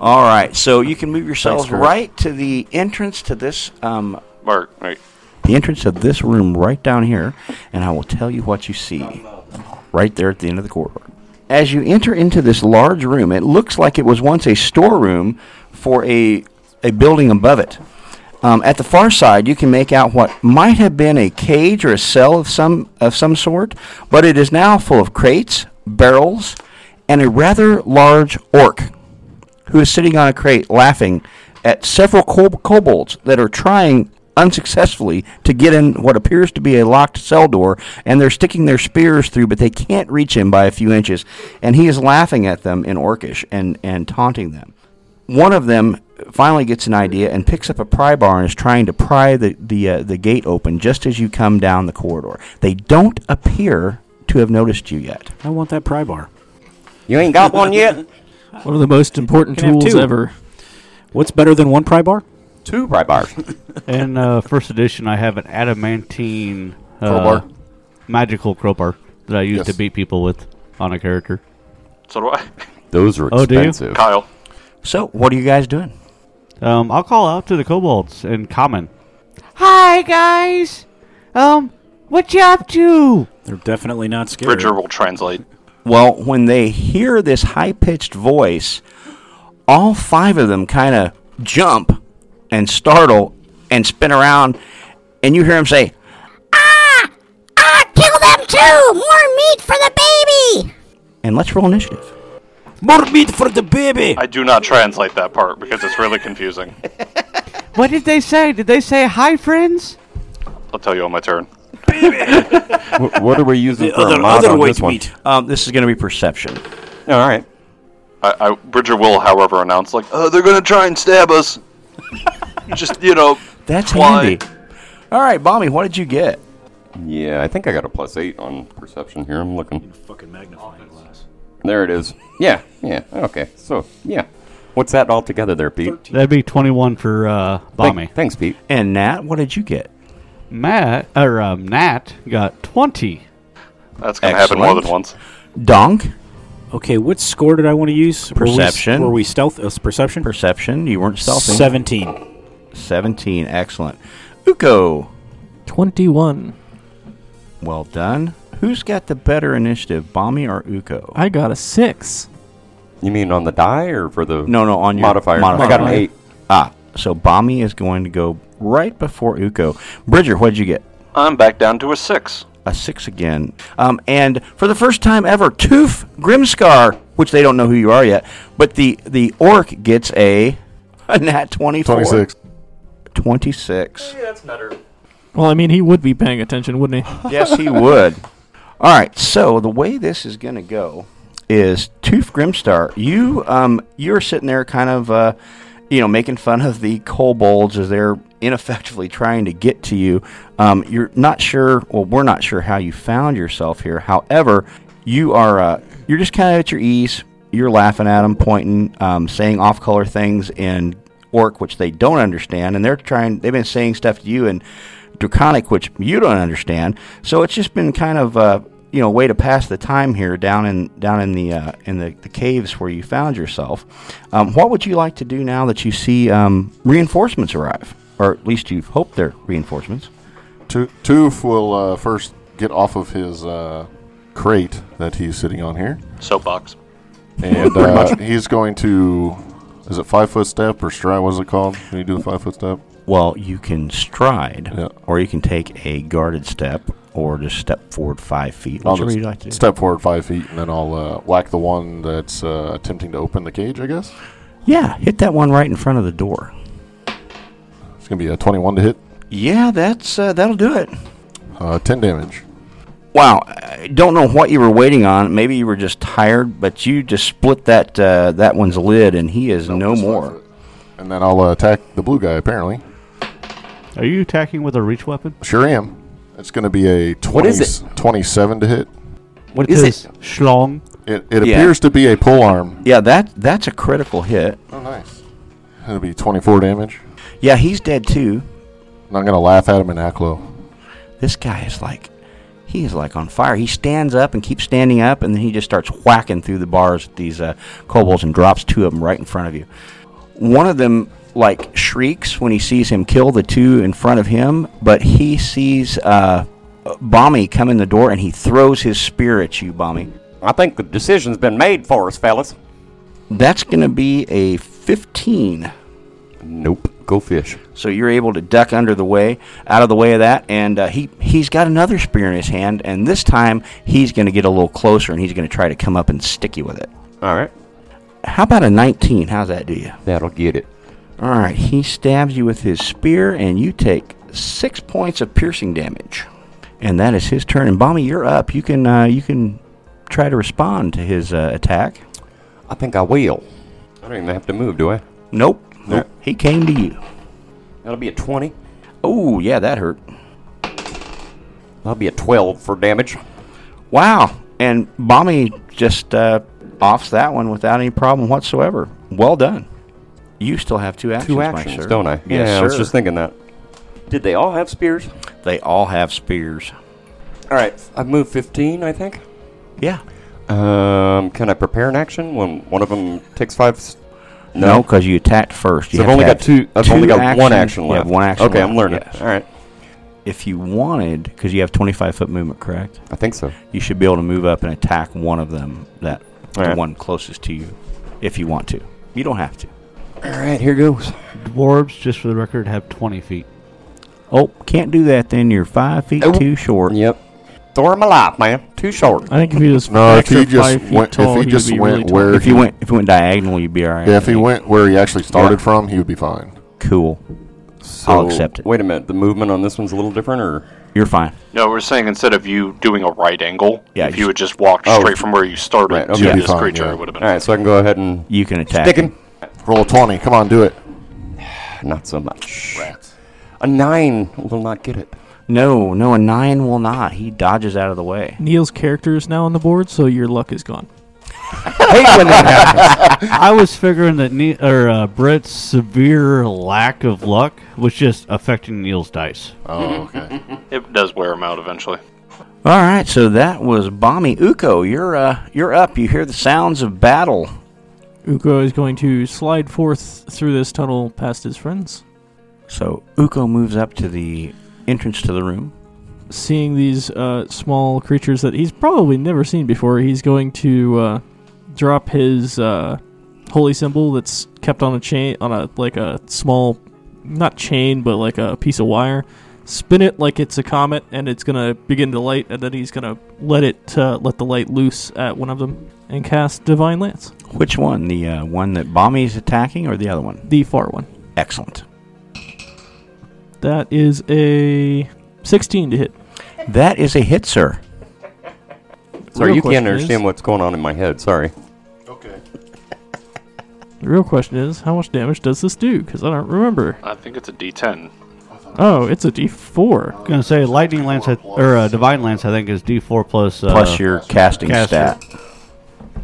Speaker 1: All right, so you can move yourselves
Speaker 2: Thanks for-
Speaker 1: right to the entrance to this um,
Speaker 4: Mark, right.
Speaker 1: the entrance of this room right down here, and I will tell you what you see right there at the end of the corridor. As you enter into this large room, it looks like it was once a storeroom for a, a building above it. Um, at the far side, you can make out what might have been a cage or a cell of some of some sort, but it is now full of crates, barrels, and a rather large orc who is sitting on a crate laughing at several col- kobolds that are trying unsuccessfully to get in what appears to be a locked cell door and they're sticking their spears through but they can't reach him by a few inches and he is laughing at them in orcish and, and taunting them one of them finally gets an idea and picks up a pry bar and is trying to pry the the, uh, the gate open just as you come down the corridor they don't appear to have noticed you yet
Speaker 5: I want that pry bar.
Speaker 7: You ain't got one yet?
Speaker 3: One of the most important
Speaker 5: Can have
Speaker 3: tools
Speaker 5: two.
Speaker 3: ever.
Speaker 5: What's better than one pry bar?
Speaker 7: Two pry bars.
Speaker 6: In uh, first edition, I have an adamantine uh,
Speaker 2: Crowbar.
Speaker 6: magical crowbar that I use
Speaker 2: Yes.
Speaker 6: to beat people with on a character.
Speaker 4: So do I.
Speaker 7: Those are
Speaker 6: Oh, do you?
Speaker 7: expensive.
Speaker 4: Kyle.
Speaker 1: so what are you guys doing
Speaker 6: Um, I'll call out to the kobolds in common.
Speaker 9: Hi guys. Um, what you up to?
Speaker 5: They're definitely not scared.
Speaker 4: Bridger will translate.
Speaker 1: Well, when they hear this high pitched voice, all five of them kind of jump and startle and spin around, and you hear them say,
Speaker 8: Ah, kill them too. More meat for the baby.
Speaker 1: and let's roll initiative.
Speaker 5: More meat for the baby.
Speaker 4: I do not translate that part because it's really confusing.
Speaker 9: What did they say? Did they say hi, friends?
Speaker 4: I'll tell you on my turn.
Speaker 7: Wh- what are we using for a
Speaker 5: other
Speaker 7: mod
Speaker 5: other
Speaker 7: on
Speaker 5: way
Speaker 7: this
Speaker 5: to
Speaker 7: one?
Speaker 5: meat.
Speaker 1: Um, this is going to be perception.
Speaker 7: All right.
Speaker 4: I, I, Bridger will, however, announce like, "Uh, they're gonna try and stab us." Just you know,
Speaker 1: That's
Speaker 4: Why?
Speaker 1: handy. All right, Bommy, what did you get?
Speaker 7: Yeah, I think I got a plus eight on perception here. I'm looking. fucking magnifying glass. There it is. Yeah, yeah. Okay, so yeah, what's that all together there, Pete?
Speaker 6: That'd be twenty-one for uh,
Speaker 7: Thank-
Speaker 6: Bommy.
Speaker 7: thanks, Pete.
Speaker 1: And Nat, what did you get?
Speaker 6: Matt or um, Nat got twenty.
Speaker 4: that's gonna happen more
Speaker 1: Excellent.
Speaker 4: than once.
Speaker 1: Donk,
Speaker 5: Okay, what score did I want to use? Were we s-
Speaker 1: Perception.
Speaker 5: Were we, stealth? Uh, perception.
Speaker 1: perception. You weren't stealthy.
Speaker 5: Seventeen.
Speaker 1: 17, excellent. Uko,
Speaker 3: 21.
Speaker 1: well done. Who's got the better initiative, Bommy or Uko?
Speaker 3: I got a 6.
Speaker 7: You mean on the die or for the
Speaker 1: No, no, on your
Speaker 7: modifier? I got an eight.
Speaker 1: Ah, so Bommy is going to go right before Uko. Bridger, what'd you get?
Speaker 4: I'm back down to a six.
Speaker 1: A six again. Um, and for the first time ever, Toof Grimscar, which they don't know who you are yet, but the, the orc gets a, a nat 24.
Speaker 2: 26.
Speaker 1: 26.
Speaker 3: Well, I mean, he would be paying attention, wouldn't he?
Speaker 1: yes, he would. All right. So the way this is going to go is Tooth Grimstar. You um you're sitting there kind of uh you know making fun of the kobolds as they're ineffectively trying to get to you. Um, you're not sure. Well, we're not sure how you found yourself here. However, you are uh, you're just kind of at your ease. You're laughing at them, pointing, um, saying off-color things in orc, which they don't understand, and they're trying. They've been saying stuff to you in draconic, which you don't understand. So it's just been kind of uh, you know way to pass the time here down in down in the uh, in the, the caves where you found yourself. Um, what would you like to do now that you see um, reinforcements arrive, or at least you hope they're reinforcements?
Speaker 2: Toof will uh, first get off of his uh, crate that he's sitting on here,
Speaker 4: Soapbox.
Speaker 2: and uh, he's going to. Is it five foot step or stride? What is it called? Can you do the five foot step?
Speaker 1: Well, you can stride,
Speaker 2: Yeah.
Speaker 1: or you can take a guarded step, or just step forward five feet.
Speaker 2: I'll
Speaker 1: Whichever
Speaker 2: just
Speaker 1: you like to do.
Speaker 2: step forward five feet, and then I'll uh, whack the one that's uh, attempting to open the cage. I guess
Speaker 1: Yeah, hit that one right in front of the door.
Speaker 2: it's gonna be a twenty-one to hit,
Speaker 1: Yeah, that's uh, that'll do it.
Speaker 2: uh, ten damage.
Speaker 1: Wow, I don't know what you were waiting on. Maybe you were just tired, but you just split that uh, that one's lid, and he is no more.
Speaker 2: And then I'll uh, attack the blue guy. Apparently,
Speaker 6: Are you attacking with a reach weapon?
Speaker 2: sure am. It's going to be a 20,
Speaker 7: is it?
Speaker 2: twenty-seven to hit.
Speaker 7: What is it?
Speaker 6: Schlong.
Speaker 2: It, it
Speaker 1: Yeah.
Speaker 2: appears to be a pull arm.
Speaker 1: Yeah, that that's a critical hit.
Speaker 2: Oh, nice. It'll be twenty-four damage.
Speaker 1: Yeah, he's dead too.
Speaker 2: And I'm gonna laugh at him in Aklo.
Speaker 1: This guy is like, he is like on fire. He stands up and keeps standing up, and then he just starts whacking through the bars at these uh, kobolds and drops two of them right in front of you. One of them like shrieks when he sees him kill the two in front of him, but he sees uh, Bommy come in the door, and he throws his spear at you, Bommy.
Speaker 7: I think the decision's been made for us, fellas.
Speaker 1: That's going to be a 15.
Speaker 7: Nope. Go fish.
Speaker 1: So you're able to duck under the way, out of the way of that, and uh, he he's got another spear in his hand, and this time he's going to get a little closer, and he's going to try to come up and stick you with it.
Speaker 7: All right.
Speaker 1: How about a 19? How's that do you?
Speaker 7: That'll get it.
Speaker 1: All right, he stabs you with his spear, and you take six points of piercing damage, and that is his turn. And Bommy, you're up. You can uh, you can try to respond to his uh, attack.
Speaker 7: I think I will. I don't even have to move, do I?
Speaker 1: Nope, nope. He came to you.
Speaker 7: That'll be a 20.
Speaker 1: Oh yeah, that hurt.
Speaker 7: That'll be a 12 for damage.
Speaker 1: Wow. And Bommy just uh, offs that one without any problem whatsoever. Well done. You still have two actions,
Speaker 7: Two
Speaker 1: my
Speaker 7: actions,
Speaker 1: sir.
Speaker 7: don't I?
Speaker 1: Yes,
Speaker 7: yeah,
Speaker 1: sir.
Speaker 7: I was just thinking that. Did they all have spears?
Speaker 1: They all have spears.
Speaker 7: All right. I've moved 15, I think.
Speaker 1: Yeah.
Speaker 7: Um, can I prepare an action when one of them takes five? s-
Speaker 1: No, because you attacked first. You
Speaker 7: So I've
Speaker 1: have
Speaker 7: only
Speaker 1: to
Speaker 7: got
Speaker 1: have
Speaker 7: two. I've only got
Speaker 1: actions.
Speaker 7: one action
Speaker 1: You
Speaker 7: left.
Speaker 1: have one action
Speaker 7: Okay, I'm
Speaker 1: left,
Speaker 7: learning.
Speaker 1: yes.
Speaker 7: All right.
Speaker 1: If you wanted, because you have 25 foot movement, correct?
Speaker 7: I think so.
Speaker 1: You should be able to move up and attack one of them, that
Speaker 7: All
Speaker 1: the
Speaker 7: right.
Speaker 1: one closest to you, if you want to. You don't have to.
Speaker 7: All right. Here goes.
Speaker 6: Dwarves, just for the record, have 20 feet.
Speaker 1: Oh, can't do that then. You're five feet
Speaker 7: Oh.
Speaker 1: too short.
Speaker 7: Yep. Throw him alive, man. Too short.
Speaker 3: I think if he just
Speaker 2: No, if
Speaker 3: extra
Speaker 2: he just
Speaker 3: five feet
Speaker 2: went,
Speaker 3: tall,
Speaker 2: if
Speaker 3: he
Speaker 2: he just
Speaker 3: would be
Speaker 2: went
Speaker 3: really tall.
Speaker 2: where
Speaker 1: If
Speaker 2: he,
Speaker 1: you went, if you went diagonal, you'd be all right.
Speaker 2: yeah, if
Speaker 1: I
Speaker 2: he
Speaker 1: think.
Speaker 2: went where he actually started from, he would be fine.
Speaker 1: cool.
Speaker 7: So,
Speaker 1: I'll accept it.
Speaker 7: Wait a minute. The movement on this one's a little different, or
Speaker 1: You're fine.
Speaker 4: No, we're saying instead of you doing a right angle,
Speaker 1: Yeah,
Speaker 4: if
Speaker 1: you-
Speaker 4: you had just walked
Speaker 7: Oh,
Speaker 4: straight from where you started
Speaker 7: right, okay.
Speaker 4: to
Speaker 7: Yeah,
Speaker 4: this
Speaker 2: fine,
Speaker 4: creature,
Speaker 2: yeah.
Speaker 4: it would have been.
Speaker 7: all right. So I can go ahead and
Speaker 1: You can attack.
Speaker 7: stick him.
Speaker 2: Roll a twenty. Come on, do it.
Speaker 7: Not so much. A nine will not get it.
Speaker 1: No, no, a nine will not. He dodges out of the way.
Speaker 3: Neil's character is now on the board, so your luck is gone.
Speaker 7: Hate when that happens.
Speaker 6: I was figuring that ne- or uh, Brett's severe lack of luck was just affecting Neil's dice.
Speaker 2: Oh, okay.
Speaker 4: It does wear him out eventually.
Speaker 1: All right, so that was Bommy Uko. You're uh, you're up. You hear the sounds of battle.
Speaker 3: Uko is going to slide forth through this tunnel past his friends.
Speaker 1: So Uko moves up to the entrance to the room.
Speaker 3: Seeing these uh, small creatures that he's probably never seen before, he's going to uh, drop his uh, holy symbol that's kept on a chain, on a like a small, not chain, but like a piece of wire. Spin it like it's a comet, and it's gonna begin to light, and then he's gonna let it uh, let the light loose at one of them and cast divine lance,
Speaker 1: Which one? The uh, one that Bommy's attacking, or the other one?
Speaker 3: the far one.
Speaker 1: Excellent.
Speaker 3: That is a 16 to hit.
Speaker 1: That is a hit, sir.
Speaker 7: Sorry,
Speaker 3: Real
Speaker 7: you can't
Speaker 3: question
Speaker 7: understand
Speaker 3: is-
Speaker 7: what's going on in my head. Sorry.
Speaker 2: Okay.
Speaker 3: The real question is, how much damage does this do? Because I don't remember.
Speaker 4: I think it's a D10.
Speaker 3: Oh, it's a d4.
Speaker 6: gonna say lightning lance I- or uh, divine lance. I think is D four plus. Uh,
Speaker 1: Plus your casting
Speaker 6: caster.
Speaker 1: stat.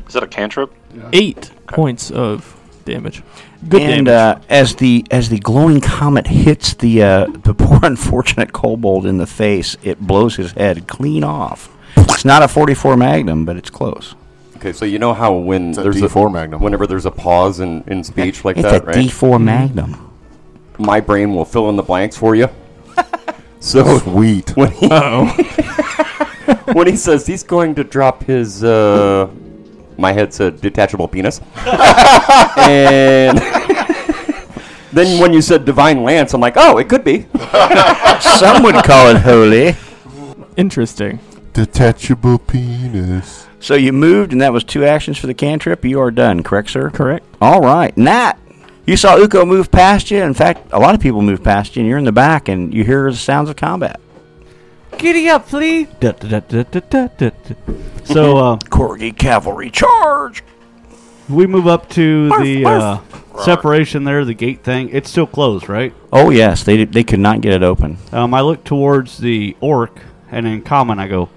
Speaker 4: Is that a cantrip?
Speaker 3: Eight points of damage. Good
Speaker 1: and
Speaker 3: damage.
Speaker 1: uh, as the as the glowing comet hits the uh, the poor unfortunate kobold in the face, it blows his head clean off. It's not a 44 Magnum, but it's close.
Speaker 7: Okay, so you know how when
Speaker 2: It's a
Speaker 7: there's
Speaker 2: D4
Speaker 7: a
Speaker 2: Magnum.
Speaker 7: whenever there's a pause in, in speech like
Speaker 1: it's
Speaker 7: that,
Speaker 1: a
Speaker 7: right?
Speaker 1: 4 Magnum.
Speaker 7: my brain will fill in the blanks for you. so
Speaker 2: Sweet.
Speaker 7: when he, when he says he's going to drop his, uh, my head said detachable penis. and then when you said divine lance, I'm like, oh, it could be.
Speaker 1: Some would call it holy.
Speaker 3: Interesting.
Speaker 2: Detachable penis.
Speaker 1: So you moved, and that was two actions for the cantrip. You are done, correct, sir?
Speaker 3: Correct.
Speaker 1: All right, Nat. You saw Uko move past you. In fact, a lot of people move past you, and you're in the back, and you hear the sounds of combat.
Speaker 9: Giddy up, Flea.
Speaker 6: Da, da, da, da, da, da, da. So uh,
Speaker 1: Corgi cavalry charge.
Speaker 6: we move up to the Uh, separation there, the gate thing. It's still closed, right?
Speaker 1: Oh yes, they did- they could not get it open.
Speaker 6: Um, I look towards the orc, and in common, I go,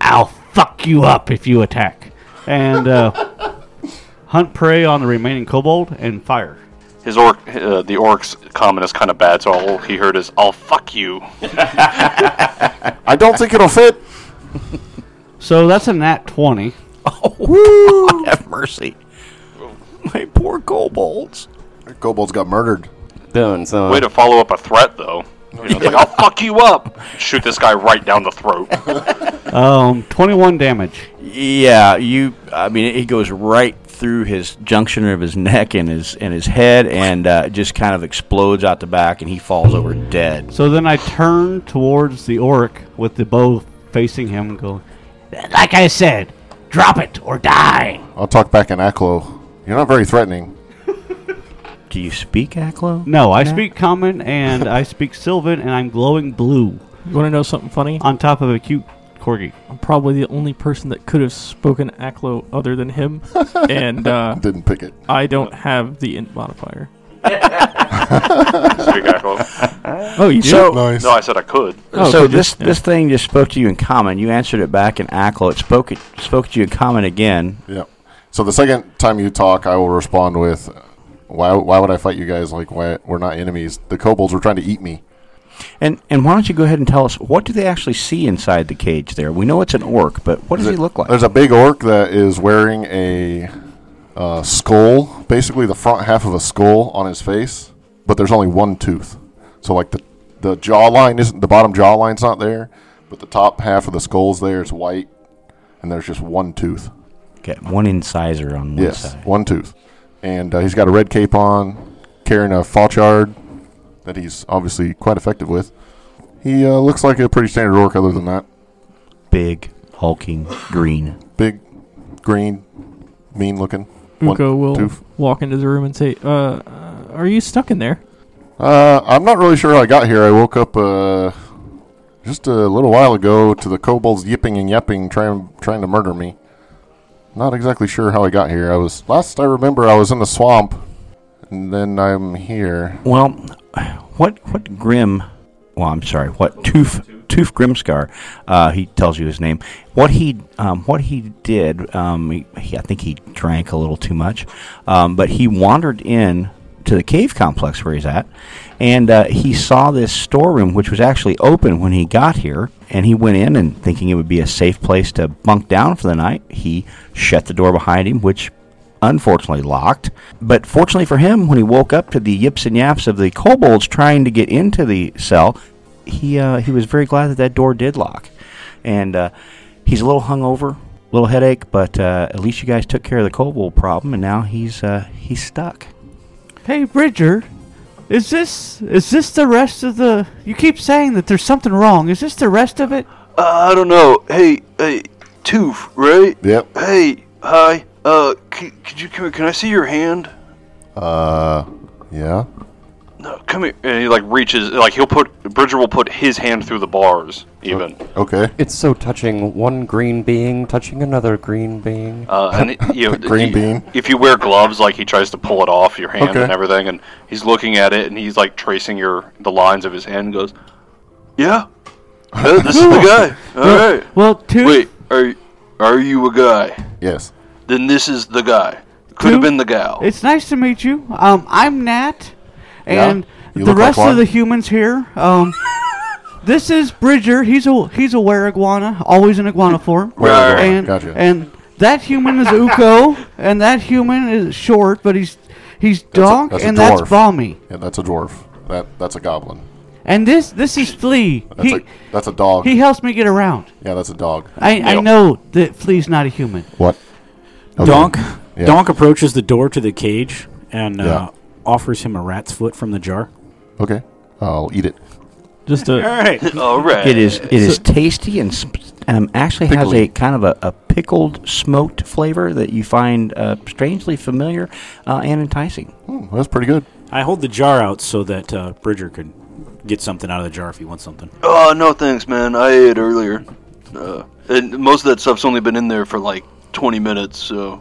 Speaker 6: "I'll fuck you up if you attack," and uh, hunt prey on the remaining kobold and fire.
Speaker 4: His orc, uh, the orc's comment is kind of bad, so all he heard is "I'll fuck you."
Speaker 2: I don't think it'll fit.
Speaker 6: So that's a nat twenty.
Speaker 1: Have mercy, my poor kobolds.
Speaker 2: Kobold's got murdered.
Speaker 7: Done, son.
Speaker 4: Way to follow up a threat, though. You know, it's like I'll fuck you up. Shoot this guy right down the throat.
Speaker 6: Um, twenty-one damage.
Speaker 1: Yeah, you. I mean, it goes right through his junction of his neck and his and his head, and uh, it just kind of explodes out the back, and he falls over dead.
Speaker 6: So then I turn towards the orc with the bow facing him and go, Like I said, drop it or die.
Speaker 2: I'll talk back in Aklo. You're not very threatening.
Speaker 1: Do you speak Aklo?
Speaker 6: No, I speak common and I speak Sylvan and I'm glowing blue
Speaker 3: You want to know something funny?
Speaker 6: on top of a cute corgi.
Speaker 3: I'm probably the only person that could have spoken Aklo other than him, and uh,
Speaker 2: Didn't pick it.
Speaker 3: I don't have the int modifier.
Speaker 4: Speak Aklo.
Speaker 3: Oh, you
Speaker 1: So
Speaker 2: Nice.
Speaker 4: No, I said I could.
Speaker 3: Oh,
Speaker 1: so
Speaker 3: okay,
Speaker 1: this
Speaker 3: just- yeah.
Speaker 1: this thing just spoke to you in common. You answered it back in Aklo. It spoke it spoke to you in common again.
Speaker 2: Yeah. So the second time you talk, I will respond with, "Why? Why would I fight you guys? Like, why, we're not enemies. The kobolds were trying to eat me.
Speaker 1: And and why don't you go ahead and tell us what do they actually see inside the cage there? We know it's an orc, but what does he look like?
Speaker 2: There's a big orc that is wearing a uh, skull, basically the front half of a skull on his face, but there's only one tooth. So like the the jawline isn't the bottom jawline's not there, but the top half of the skull's there. It's white, and there's just one tooth.
Speaker 1: Got one incisor on one
Speaker 2: yes,
Speaker 1: side.
Speaker 2: one tooth, and uh, he's got a red cape on, carrying a falchard that he's obviously quite effective with. He uh, looks like a pretty standard orc, other than that.
Speaker 1: Big, hulking, green.
Speaker 2: Big, green, mean looking. One
Speaker 3: Uko will
Speaker 2: tooth.
Speaker 3: walk into the room and say, uh, uh, "Are you stuck in there?"
Speaker 2: Uh, I'm not really sure how I got here. I woke up uh, just a little while ago to the kobolds yipping and yapping, trying trying to murder me. Not exactly sure how I got here. I was last I remember I was in the swamp, and then I'm here.
Speaker 1: Well, what what Grim? Well, I'm sorry. What Toof Toof Grimscar? Uh, he tells you his name. What he um, what he did? Um, he, he, I think he drank a little too much, um, but he wandered in to the cave complex where he's at, and uh, he saw this storeroom which was actually open when he got here, and he went in and thinking it would be a safe place to bunk down for the night. He shut the door behind him, which unfortunately locked. But fortunately for him, when he woke up to the yips and yaps of the kobolds trying to get into the cell, he uh, he was very glad that that door did lock. And uh, he's a little hungover, little headache, but uh, at least you guys took care of the kobold problem, and now he's uh, he's stuck.
Speaker 6: Hey, Bridger, is this is this the rest of the? You keep saying that there's something wrong. Is this the rest of it?
Speaker 4: Uh, I don't know. Hey, hey, Toof, right?
Speaker 2: Yep.
Speaker 4: Hey, hi. Uh, c- could you can, can I see your hand?
Speaker 2: Uh, yeah.
Speaker 4: No, come here. And he like reaches, like he'll put Bridger will put his hand through the bars, even.
Speaker 2: Okay.
Speaker 7: It's so touching. One green being touching another green being.
Speaker 4: Uh, and it, you know,
Speaker 2: Green
Speaker 4: you-
Speaker 2: bean.
Speaker 4: If you wear gloves, like he tries to pull it off your hand
Speaker 2: Okay.
Speaker 4: and everything, and he's looking at it and he's like tracing your the lines of his hand. and Goes, yeah, Uh, this is the guy. All right.
Speaker 6: Well, two.
Speaker 4: Wait, are y- are you a guy?
Speaker 2: Yes.
Speaker 4: Then this is the guy. Could
Speaker 6: Two?
Speaker 4: have been the gal.
Speaker 6: It's nice to meet you. Um, I'm Nat,
Speaker 2: Yeah?
Speaker 6: and
Speaker 2: You
Speaker 6: the
Speaker 2: look like
Speaker 6: rest
Speaker 2: one.
Speaker 6: of the humans here. Um, this is Bridger. He's a he's a were iguana, always in iguana form.
Speaker 2: Were-iguana,
Speaker 6: And
Speaker 2: gotcha.
Speaker 6: and that human is Uko, and that human is short, but he's he's
Speaker 2: a-
Speaker 6: donk,
Speaker 2: that's a
Speaker 6: and that's
Speaker 2: dwarf.
Speaker 6: balmy.
Speaker 2: Yeah, that's a dwarf. That that's a goblin.
Speaker 6: And this this is Flea.
Speaker 2: That's,
Speaker 6: he
Speaker 2: a, that's a dog.
Speaker 6: he helps me get around.
Speaker 2: yeah, that's a dog.
Speaker 6: I, I
Speaker 4: Yep.
Speaker 6: know that Flea's not a human.
Speaker 2: What? Okay.
Speaker 5: Donk
Speaker 2: Yeah.
Speaker 5: Donk approaches the door to the cage and
Speaker 2: Yeah.
Speaker 5: uh, offers him a rat's foot from the jar.
Speaker 2: Okay. I'll eat it.
Speaker 3: Just a
Speaker 4: All right.
Speaker 1: It is it is tasty and sp- um, actually has a kind of a, a pickled smoked flavor that you find uh, strangely familiar uh, and enticing.
Speaker 2: Hmm, that's pretty good.
Speaker 5: I hold the jar out so that uh, Bridger could get something out of the jar if he wants something.
Speaker 4: Oh, no thanks, man. I ate earlier. Uh, and most of that stuff's only been in there for like 20 minutes, so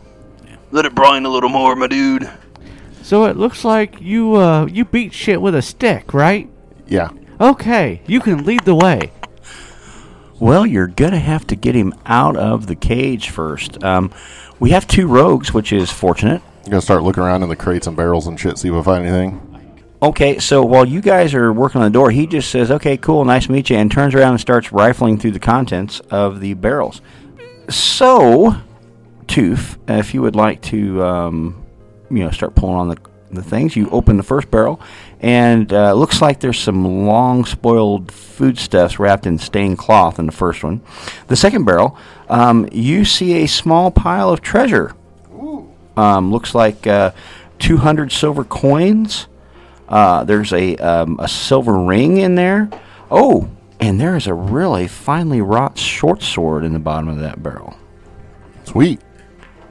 Speaker 4: let it brine a little more, my dude.
Speaker 6: So it looks like you uh you beat shit with a stick, right?
Speaker 2: Yeah.
Speaker 6: Okay, you can lead the way.
Speaker 1: Well, you're gonna have to get him out of the cage first. Um, we have two rogues, which is fortunate.
Speaker 2: I'm gonna start looking around in the crates and barrels and shit, see if I find anything.
Speaker 1: Okay, so while you guys are working on the door, he just says, "Okay, cool, nice to meet you," and turns around and starts rifling through the contents of the barrels. So, Toof, if you would like to, um, you know, start pulling on the the things, you open the first barrel, and uh, looks like there's some long spoiled foodstuffs wrapped in stained cloth in the first one. The second barrel, um, you see a small pile of treasure. Um, looks like uh, 200 silver coins. Uh, there's a um, a silver ring in there. Oh, and there is a really finely wrought short sword in the bottom of that barrel.
Speaker 2: Sweet.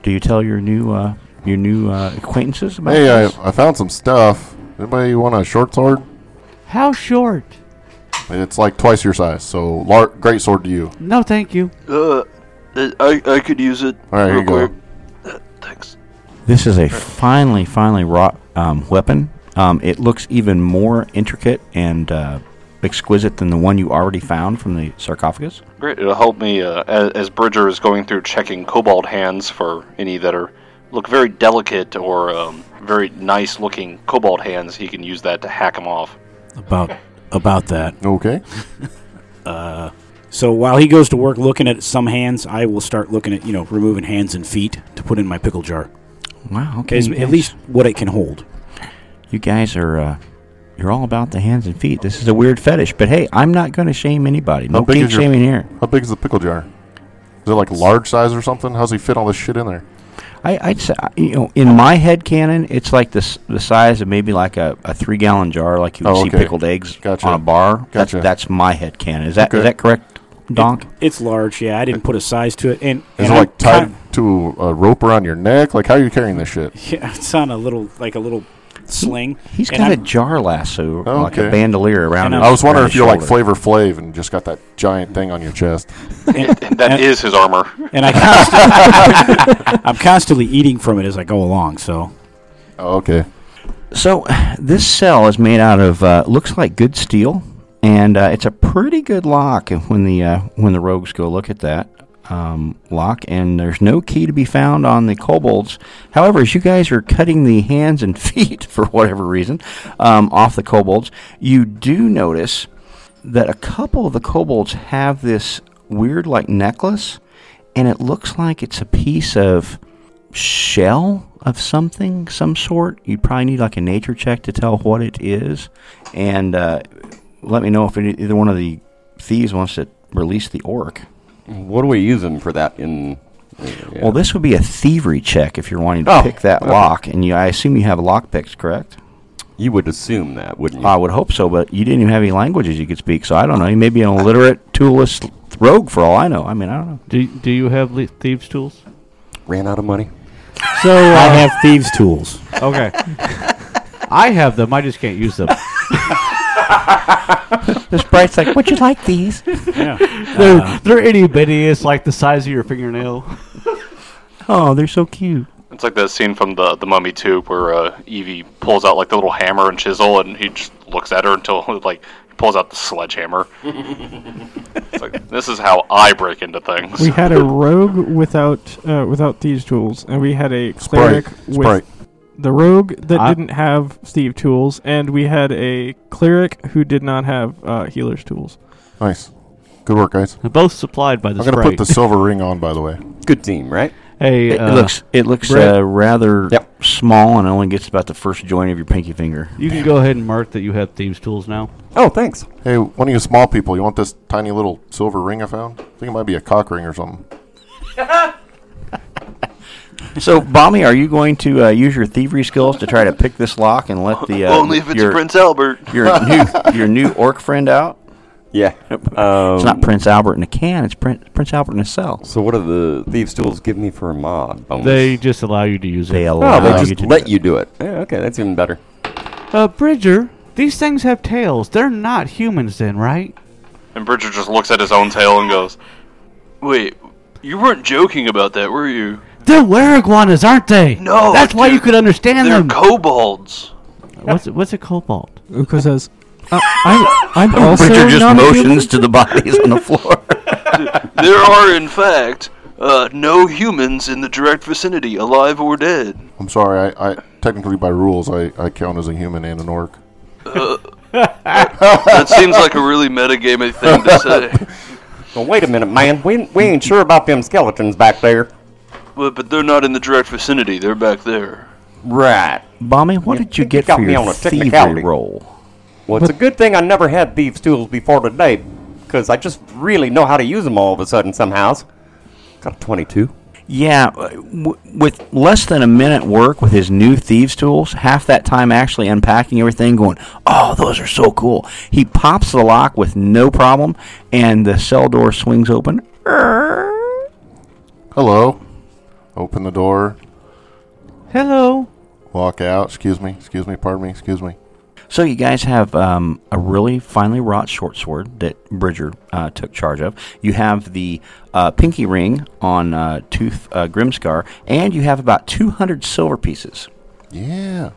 Speaker 1: Do you tell your new uh, your new uh, acquaintances about
Speaker 2: Hey, I,
Speaker 1: this?
Speaker 2: I found some stuff. Anybody want a short sword?
Speaker 6: How short?
Speaker 2: It's like twice your size, so lar- great sword to you.
Speaker 6: No, thank you.
Speaker 4: Uh, I, I could use it
Speaker 2: All right,
Speaker 4: real
Speaker 2: here you go.
Speaker 4: quick. Uh, thanks.
Speaker 1: This is a finely finely wrought um, weapon. Um, it looks even more intricate and uh, exquisite than the one you already found from the sarcophagus.
Speaker 4: Great. It'll help me uh, as, as Bridger is going through checking cobalt hands for any that are look very delicate or um, very nice looking cobalt hands. He can use that to hack them off.
Speaker 5: About about that.
Speaker 2: Okay.
Speaker 5: So while he goes to work looking at some hands, I will start looking at you know removing hands and feet to put in my pickle jar.
Speaker 1: Wow. Okay.
Speaker 5: Is
Speaker 1: you
Speaker 5: at
Speaker 1: guys-
Speaker 5: least what it can hold.
Speaker 1: you guys are. Uh, you're all about the hands and feet. This is a weird fetish, but hey, I'm not going to shame anybody. No
Speaker 2: big
Speaker 1: kink
Speaker 2: is your-
Speaker 1: shaming here.
Speaker 2: How big is the pickle jar? Is it like large size or something? How's he fit all this shit in there?
Speaker 1: I, I'd say, I- you know, in my head canon, it's like the s- the size of maybe like a, a three gallon jar, like you would
Speaker 2: Oh,
Speaker 1: see
Speaker 2: okay.
Speaker 1: pickled eggs
Speaker 2: Gotcha.
Speaker 1: on a bar.
Speaker 2: Gotcha.
Speaker 1: That's, that's my head canon. Is that is
Speaker 2: Okay.
Speaker 1: that correct, Donk?
Speaker 5: It's large, yeah. I didn't put a size to it, and
Speaker 2: Is
Speaker 5: and
Speaker 2: it
Speaker 5: I'm
Speaker 2: like tied
Speaker 5: kin-
Speaker 2: to a rope around your neck? Like how are you carrying this shit?
Speaker 5: yeah, it's on a little like a little sling.
Speaker 1: He's
Speaker 5: and
Speaker 1: got a
Speaker 5: I'm-
Speaker 1: jar lasso,
Speaker 2: Oh,
Speaker 1: like a
Speaker 2: okay.
Speaker 1: bandolier around.
Speaker 5: And
Speaker 1: his-
Speaker 5: I'm-
Speaker 2: I was wondering
Speaker 1: around
Speaker 2: if
Speaker 1: his
Speaker 2: you're like
Speaker 1: shoulder.
Speaker 2: Flavor Flav and just got that giant thing on your chest.
Speaker 4: And that
Speaker 5: And-
Speaker 4: is his armor.
Speaker 5: and I constantly, I'm constantly eating from it as I go along. So
Speaker 2: Oh, okay.
Speaker 1: So this cell is made out of uh, looks like good steel, and uh, it's a pretty good lock. When the uh, when the rogues go look at that um, lock, and there's no key to be found on the kobolds. However, as you guys are cutting the hands and feet for whatever reason um, off the kobolds, you do notice that a couple of the kobolds have this weird like necklace, and it looks like it's a piece of shell of something, some sort. You'd probably need like a nature check to tell what it is, and uh, let me know if any, either one of the thieves wants to release the orc.
Speaker 7: What are we using for that in? yeah.
Speaker 1: Well, this would be a thievery check if you're wanting to
Speaker 7: Oh,
Speaker 1: pick that
Speaker 7: okay.
Speaker 1: lock, and you, I assume you have lock picks, correct?
Speaker 7: you would assume that, wouldn't you?
Speaker 1: I would hope so, but you didn't even have any languages you could speak, so I don't know. You may be an illiterate, toolless rogue for all I know. I mean, I don't know.
Speaker 6: Do do you have le- thieves tools?
Speaker 7: Ran out of money.
Speaker 5: so
Speaker 6: uh,
Speaker 5: I have thieves' tools.
Speaker 6: Okay. I have them. I just can't use them.
Speaker 1: This Bright's like, would you like these?
Speaker 6: They're they're itty bitty. It's like the size of your fingernail.
Speaker 1: Oh, they're so cute.
Speaker 4: It's like that scene from the the Mummy Two where uh, Evie pulls out like the little hammer and chisel, and he just looks at her until like he pulls out the sledgehammer. it's like this is how I break into things.
Speaker 3: we had a rogue without uh, without thieves tools, and we had a cleric with
Speaker 2: Sprite.
Speaker 3: the rogue that
Speaker 6: I-
Speaker 3: didn't have thieve tools, and we had a cleric who did not have uh, healer's tools.
Speaker 2: Nice. Good work, guys.
Speaker 6: Both supplied by the
Speaker 2: I'm gonna
Speaker 6: sprite.
Speaker 2: put the silver ring on, by the way.
Speaker 7: Good team, right?
Speaker 6: Hey,
Speaker 1: It
Speaker 6: uh,
Speaker 1: looks it looks
Speaker 6: Brett?
Speaker 1: uh, rather
Speaker 7: Yep.
Speaker 1: small and only gets about the first joint of your pinky finger.
Speaker 6: You can go ahead and mark that you have thieves' tools now.
Speaker 7: Oh, thanks.
Speaker 2: Hey, one of you small people, you want this tiny little silver ring I found? I think it might be a cock ring or something.
Speaker 1: So, Bommy, are you going to uh, use your thievery skills to try to pick this lock and let the uh,
Speaker 4: Only if it's
Speaker 1: your,
Speaker 4: Prince Albert.
Speaker 1: your new your new orc friend out?
Speaker 7: Yeah.
Speaker 1: It's
Speaker 7: Um,
Speaker 1: not Prince Albert in a can. It's Prince Prince Albert in a cell.
Speaker 7: so what do the thieves' tools give me for a mod bonus?
Speaker 6: They just allow you to use
Speaker 1: They
Speaker 6: it.
Speaker 1: allow
Speaker 7: oh, they
Speaker 1: you
Speaker 7: just
Speaker 1: to do
Speaker 7: let
Speaker 1: that.
Speaker 7: you do it. Yeah, okay, that's even better.
Speaker 6: Uh, Bridger, these things have tails. They're not humans, then, right?
Speaker 4: And Bridger just looks at his own tail and goes, "Wait, you weren't joking about that, were you?
Speaker 6: They're were iguanas, aren't they?
Speaker 4: No,
Speaker 6: That's why
Speaker 4: dude.
Speaker 6: you could understand
Speaker 4: They're
Speaker 6: them.
Speaker 4: kobolds."
Speaker 6: what's what's a cobalt?
Speaker 3: Uko says, uh, I, I'm also
Speaker 1: Bridger just
Speaker 3: not a human."
Speaker 1: motions to the bodies on the floor.
Speaker 4: There are, in fact, uh, no humans in the direct vicinity, alive or dead.
Speaker 2: I'm sorry, I, I technically by rules I, I count as a human and an orc.
Speaker 4: That seems like a really metagamey thing to say.
Speaker 7: Well, wait a minute, man. We, we ain't sure about them skeletons back there.
Speaker 4: But, but they're not in the direct vicinity, they're back there.
Speaker 7: Right.
Speaker 1: Bommy, what
Speaker 7: You
Speaker 1: did you
Speaker 7: think you
Speaker 1: get
Speaker 7: got
Speaker 1: for
Speaker 7: me
Speaker 1: your
Speaker 7: on a
Speaker 1: thievery
Speaker 7: technicality.
Speaker 1: roll?
Speaker 7: Well, it's a good thing I never had thieves' tools before today, because I just really know how to use them all of a sudden somehow. Got a 22.
Speaker 1: Yeah, uh, w- with less than a minute work with his new thieves tools, half that time actually unpacking everything, going, "Oh, those are so cool." He pops the lock with no problem, and the cell door swings open.
Speaker 2: Hello. Open the door.
Speaker 6: Hello.
Speaker 2: Walk out. Excuse me. Excuse me. Pardon me. Excuse me.
Speaker 1: So you guys have um, a really finely wrought short sword that Bridger uh, took charge of. You have the uh, pinky ring on uh, Tooth uh, Grimscar, and you have about two hundred silver pieces.
Speaker 2: Yeah.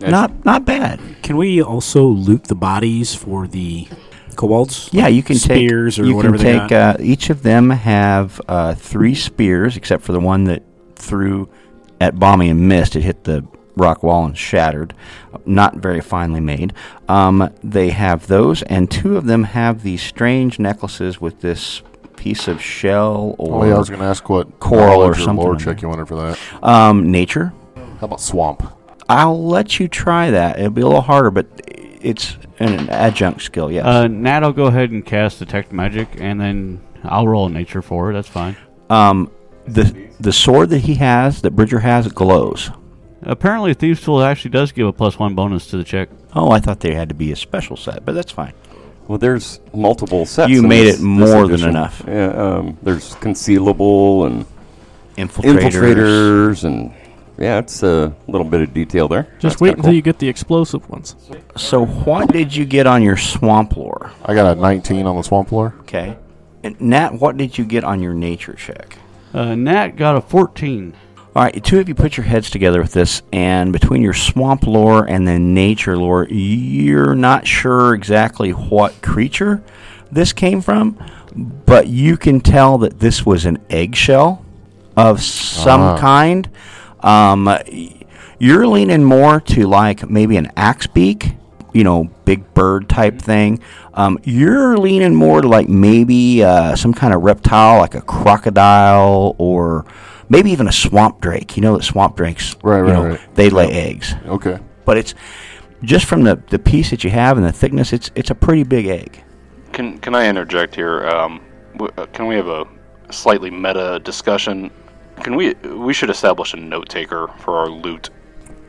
Speaker 1: Not not bad.
Speaker 5: Can we also loot the bodies for the kobolds?
Speaker 1: Yeah, you can take
Speaker 5: spears or
Speaker 1: you
Speaker 5: whatever
Speaker 1: can
Speaker 5: they
Speaker 1: take.
Speaker 5: got.
Speaker 1: Uh, each of them have uh, three spears, except for the one that threw at Bommy and missed. It hit the rock wall and shattered. Not very finely made. Um, they have those, and two of them have these strange necklaces with this piece of shell
Speaker 2: Oh,
Speaker 1: or
Speaker 2: yeah, I was going to ask what
Speaker 1: coral or
Speaker 2: knowledge
Speaker 1: something
Speaker 2: lore
Speaker 1: on
Speaker 2: check
Speaker 1: there.
Speaker 2: you wanted for that.
Speaker 1: um, nature.
Speaker 2: How about swamp?
Speaker 1: I'll let you try that. It'll be a little harder, but it's an adjunct skill. Yes.
Speaker 6: Uh, Nat, I'll go ahead and cast detect magic, and then I'll roll nature for it. That's fine.
Speaker 1: um, the the sword that he has, that Bridger has, glows.
Speaker 6: Apparently, thieves' tool actually does give a plus one bonus to the check.
Speaker 1: Oh, I thought there had to be a special set, but that's fine.
Speaker 7: Well, there's multiple sets.
Speaker 1: You
Speaker 7: in
Speaker 1: made
Speaker 7: this-
Speaker 1: it
Speaker 7: this
Speaker 1: more than
Speaker 7: edition.
Speaker 1: enough.
Speaker 7: Yeah, um, there's concealable and
Speaker 1: Infiltrators.
Speaker 7: infiltrators and yeah, it's a little bit of detail there.
Speaker 3: Just
Speaker 7: That's
Speaker 3: wait
Speaker 7: kinda
Speaker 3: until you get the explosive ones.
Speaker 1: So what did you get on your swamp lore?
Speaker 2: I got a 19 on the swamp floor.
Speaker 1: Okay. And Nat, what did you get on your nature check?
Speaker 6: Uh, Nat got a 14.
Speaker 1: All right, the two of you put your heads together with this, and between your swamp lore and the nature lore, you're not sure exactly what creature this came from, but you can tell that this was an eggshell of some kind. Um, y- you're leaning more to like maybe an axe beak, you know, big bird type
Speaker 2: Mm-hmm.
Speaker 1: thing. Um, you're leaning more to like maybe uh, some kind of reptile, like a crocodile or maybe even a swamp drake. You know that swamp drakes,
Speaker 2: Right,
Speaker 1: you
Speaker 2: right,
Speaker 1: know,
Speaker 2: right.
Speaker 1: they lay eggs.
Speaker 2: Okay.
Speaker 1: But it's just from the, the piece that you have and the thickness, it's it's a pretty big egg.
Speaker 4: Can can I interject here? Um, w- uh, can we have a slightly meta discussion? Can we we should establish a note taker for our loot?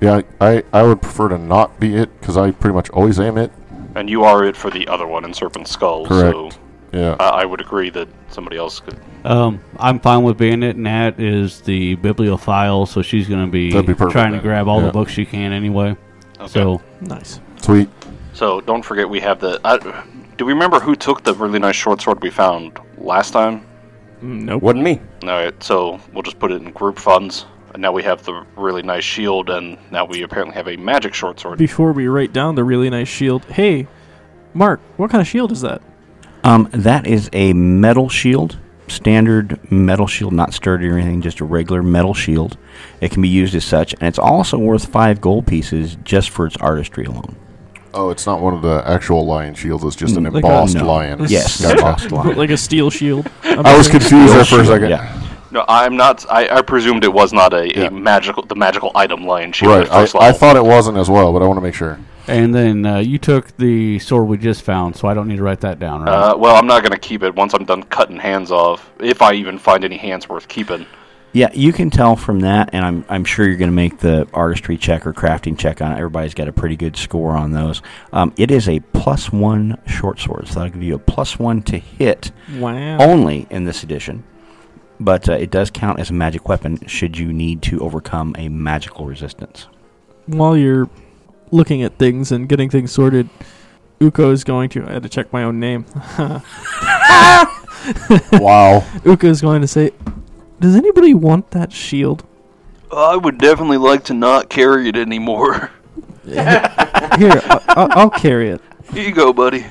Speaker 2: Yeah, I, I, I would prefer to not be it because I pretty much always am it.
Speaker 4: And you are it for the other one in Serpent Skull, so
Speaker 2: Correct. Yeah.
Speaker 4: I, I would agree that somebody else could.
Speaker 6: Um, I'm fine with being it. Nat is the bibliophile, so she's going to be,
Speaker 2: That'd be perfect,
Speaker 6: trying to
Speaker 2: then.
Speaker 6: grab all
Speaker 2: Yeah.
Speaker 6: the books she can anyway. So
Speaker 3: Nice.
Speaker 2: Sweet.
Speaker 4: So don't forget we have the. I, do we remember who took the really nice short sword we found last time?
Speaker 7: cool. Wasn't me.
Speaker 4: All right, so we'll just put it in group funds. And now we have the really nice shield, and now we apparently have a magic short sword.
Speaker 3: Before we write down the really nice shield, hey, Mark, what kind of shield is that?
Speaker 1: Um, that is a metal shield, standard metal shield, not sturdy or anything, just a regular metal shield. It can be used as such, and it's also worth five gold pieces just for its artistry alone.
Speaker 2: Oh, it's not one of the actual lion shields. It's just an
Speaker 3: Like a-
Speaker 2: embossed
Speaker 1: Mm, no.
Speaker 2: lion.
Speaker 1: Yes,
Speaker 2: Gotcha.
Speaker 1: embossed lion.
Speaker 3: Like a steel shield.
Speaker 2: I was confused there for a second.
Speaker 1: Yeah.
Speaker 4: No, I'm not. I, I presumed it was not a, a magical the magical item lion shield.
Speaker 2: Right.
Speaker 4: At
Speaker 2: I,
Speaker 4: first
Speaker 2: I
Speaker 4: level.
Speaker 2: thought it wasn't as well, but I want to make sure.
Speaker 6: And then uh, you took the sword we just found, so I don't need to write that down, right?
Speaker 4: Uh, well, I'm not gonna keep it once I'm done cutting hands off. If I even find any hands worth keeping.
Speaker 1: Yeah, you can tell from that, and I'm I'm sure you're going to make the artistry check or crafting check on it. Everybody's got a pretty good score on those. Um, it is a plus one short sword, so that'll give you a plus one to hit
Speaker 3: Wow.
Speaker 1: only in this edition. But uh, it does count as a magic weapon should you need to overcome a magical resistance.
Speaker 3: While you're looking at things and getting things sorted, Uko is going to. I had to check my own name.
Speaker 2: wow.
Speaker 3: Uko is going to say, "Does anybody want that shield?
Speaker 4: I would definitely like to not carry it anymore.
Speaker 3: Here, I- I'll, I'll carry it."
Speaker 4: Here you go, buddy.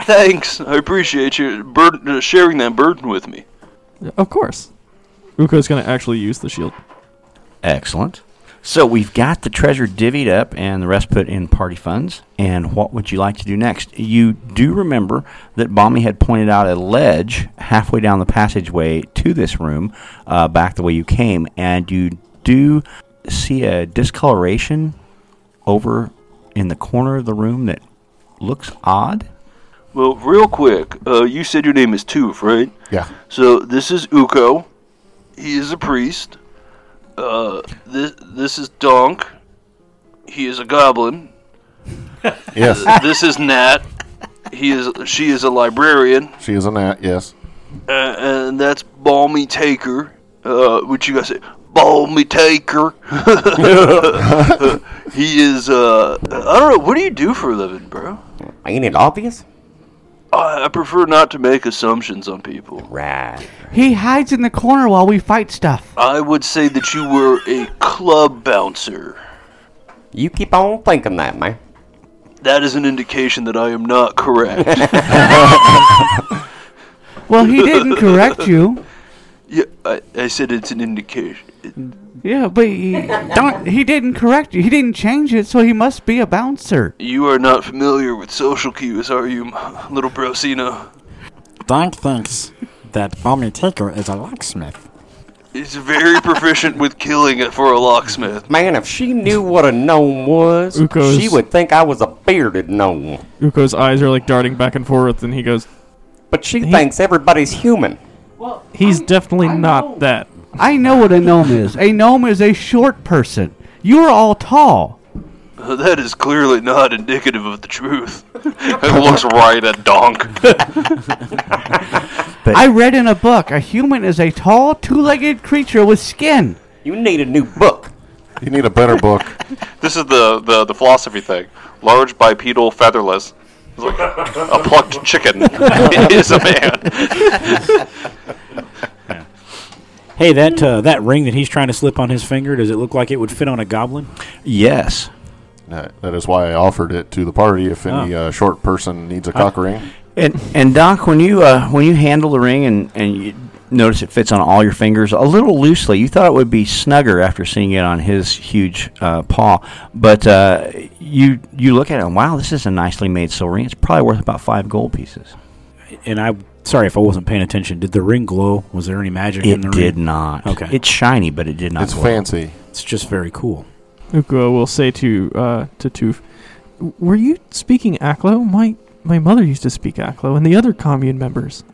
Speaker 4: Thanks. I appreciate you burden, uh, sharing that burden with me.
Speaker 3: Of course. Uko is going to actually use the shield.
Speaker 1: Excellent. So we've got the treasure divvied up and the rest put in party funds. And what would you like to do next? You do remember that Bommy had pointed out a ledge halfway down the passageway to this room, uh, back the way you came, and you do see a discoloration over in the corner of the room that looks odd.
Speaker 4: Well, real quick, uh, you said your name is Toof, right?
Speaker 2: Yeah.
Speaker 4: So this is Uko. He is a priest. Uh, this this is Donk. He is a goblin.
Speaker 2: Yes.
Speaker 4: This is Nat. He is she is a librarian,
Speaker 2: she is a gnat. Yes.
Speaker 4: uh, and that's Balmy Taker. Uh, what you guys say? Balmy Taker. he is. Uh, I don't know. What do you do for a living, bro?
Speaker 7: Ain't it obvious?
Speaker 4: I, I prefer not to make assumptions on people.
Speaker 7: Right.
Speaker 9: He hides in the corner while we fight stuff.
Speaker 4: I would say that you were a club bouncer.
Speaker 7: You keep on thinking that, man.
Speaker 4: That is an indication that I am not correct.
Speaker 9: Well, he didn't correct you.
Speaker 4: yeah, I, I said it's an indication.
Speaker 9: Yeah, but he, don't, he didn't correct you. He didn't change it, so he must be a bouncer.
Speaker 4: You are not familiar with social cues, are you, m- little brosino?
Speaker 5: Donk thinks that Balmy Taker is a locksmith.
Speaker 4: He's very proficient with killing it for a locksmith.
Speaker 7: Man, if she knew what a gnome was,
Speaker 3: Ukos.
Speaker 7: she would think I was a bearded gnome.
Speaker 3: Uko's eyes are like darting back and forth, and he goes,
Speaker 7: But she thinks everybody's human.
Speaker 3: "He's definitely not that."
Speaker 6: I know what a gnome is. A gnome is a short person. You're all tall.
Speaker 4: Uh, that is clearly not indicative of the truth. it looks right at Donk.
Speaker 6: I read in a book a human is a tall, two legged creature with skin.
Speaker 7: You need a new book.
Speaker 2: You need a better book.
Speaker 4: This is the, the, the philosophy thing. Large, bipedal, featherless. It's like a plucked chicken is a man.
Speaker 5: Hey, that uh, that ring that he's trying to slip on his finger, does it look like it would fit on a goblin?
Speaker 1: Yes.
Speaker 2: That, that is why I offered it to the party if any uh, short person needs a cock ring.
Speaker 1: And and Doc, when you uh, when you handle the ring and and you notice it fits on all your fingers a little loosely, you thought it would be snugger after seeing it on his huge uh, paw, but uh, you you look at it and wow, this is a nicely made silver ring. It's probably worth about five gold pieces.
Speaker 5: And I sorry if I wasn't paying attention. Did the ring glow? Was there any magic in
Speaker 1: It
Speaker 5: the
Speaker 1: did
Speaker 5: ring?
Speaker 1: not.
Speaker 5: Okay.
Speaker 1: it's shiny, but it did not.
Speaker 2: It's
Speaker 1: glow.
Speaker 2: fancy.
Speaker 5: It's just very cool.
Speaker 3: Uko will say to uh, to Toof, "Were you speaking Aklo? My my mother used to speak Aklo, and the other commune members.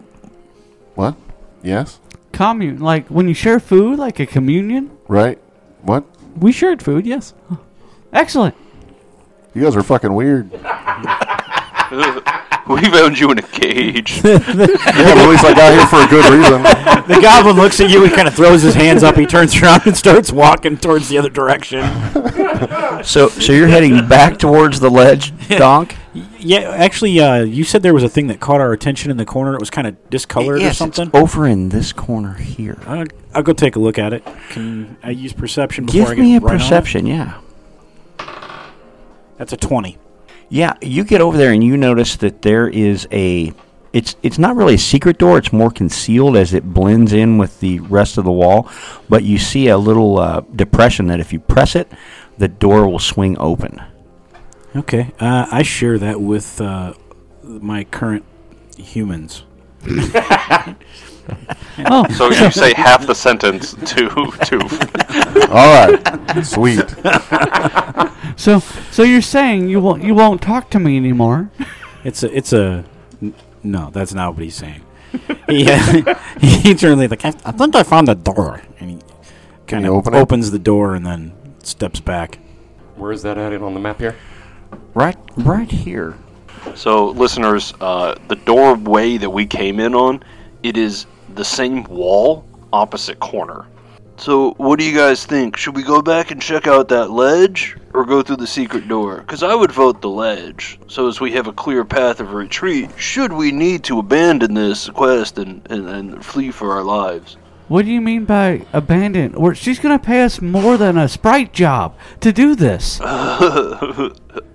Speaker 2: What? Yes.
Speaker 6: Commune, like when you share food, like a communion.
Speaker 2: Right. What?
Speaker 3: We shared food, yes.
Speaker 9: Excellent.
Speaker 2: You guys are fucking weird.
Speaker 4: We found you in a cage.
Speaker 2: yeah, but at least I got here for a good reason.
Speaker 5: The goblin looks at you. He kind of throws his hands up. He turns around and starts walking towards the other direction.
Speaker 1: So so you're heading back towards the ledge, Donk.
Speaker 5: Yeah, actually, uh, you said there was a thing that caught our attention in the corner. It was kind of discolored
Speaker 1: yes,
Speaker 5: or something.
Speaker 1: It's over in this corner here.
Speaker 5: I'll, I'll go take a look at it. Can I use perception before I
Speaker 1: Give
Speaker 5: get
Speaker 1: me a
Speaker 5: right on it?
Speaker 1: perception. Yeah.
Speaker 5: That's a twenty.
Speaker 1: Yeah, you get over there and you notice that there is a it's it's not really a secret door, it's more concealed as it blends in with the rest of the wall, but you see a little uh, depression that if you press it, the door will swing open.
Speaker 5: Okay, uh, I share that with uh, my current humans.
Speaker 4: So you say half the sentence to to.
Speaker 2: All right. Sweet.
Speaker 9: So, so you're saying you won't you won't talk to me anymore?
Speaker 5: It's a, it's a, n- no, that's not what he's saying. he, uh, he turns like, I, I think I found the door. And he kind of
Speaker 2: open it?
Speaker 5: opens the door and then steps back.
Speaker 7: Where is that at on the map here?
Speaker 1: Right, right here.
Speaker 4: So listeners, uh, the doorway that we came in on, it is the same wall, opposite corner. So what do you guys think? Should we go back and check out that ledge, or go through the secret door? Because I would vote the ledge. So as we have a clear path of retreat, should we need to abandon this quest and, and, and flee for our lives?
Speaker 9: What do you mean by abandoned? Or she's gonna pay us more than a sprite job to do this.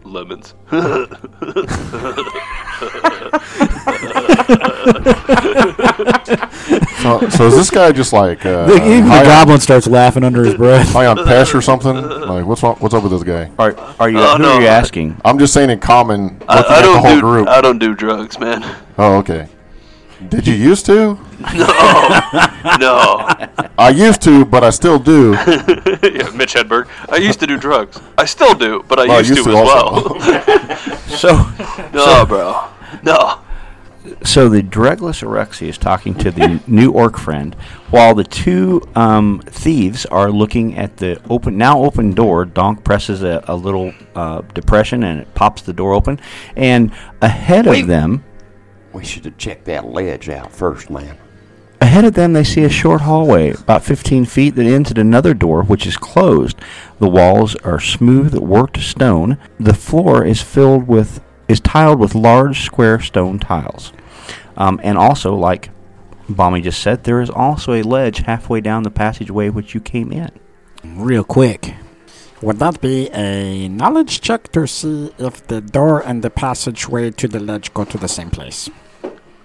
Speaker 4: Lemons.
Speaker 2: So, so is this guy just like uh,
Speaker 5: Even the
Speaker 2: high, on,
Speaker 5: goblin starts laughing under his breath.
Speaker 2: high on pesh or something? Like what's wrong, what's up with this guy?
Speaker 1: Are, are you?
Speaker 4: Oh,
Speaker 1: who
Speaker 4: no.
Speaker 1: are you asking?
Speaker 2: I'm just saying in common. Looking
Speaker 4: I, I
Speaker 2: at the
Speaker 4: don't
Speaker 2: whole
Speaker 4: do
Speaker 2: group.
Speaker 4: I don't do drugs, man.
Speaker 2: oh, okay. Did you used to?
Speaker 4: No,
Speaker 2: I used to, but I still do.
Speaker 4: yeah, Mitch Hedberg. I used to do drugs. I still do, but I
Speaker 2: Well,
Speaker 4: used, to, as
Speaker 2: also.
Speaker 4: well.
Speaker 1: So,
Speaker 4: no, bro. No.
Speaker 1: so the Dregless Orexi is talking to the new orc friend, while the two um, thieves are looking at the open now open door. Donk presses a, a little uh, depression, and it pops the door open. And ahead of them,
Speaker 7: We should have checked that ledge out first, man.
Speaker 1: Ahead of them, they see a short hallway, about 15 feet, that ends at another door, which is closed. The walls are smooth, worked stone. The floor is filled with, is tiled with large square stone tiles. Um, and also, like Bommy just said, there is also a ledge halfway down the passageway which you came in.
Speaker 5: Real quick.
Speaker 10: Would that be a knowledge check to see if the door and the passageway to the ledge go to the same place?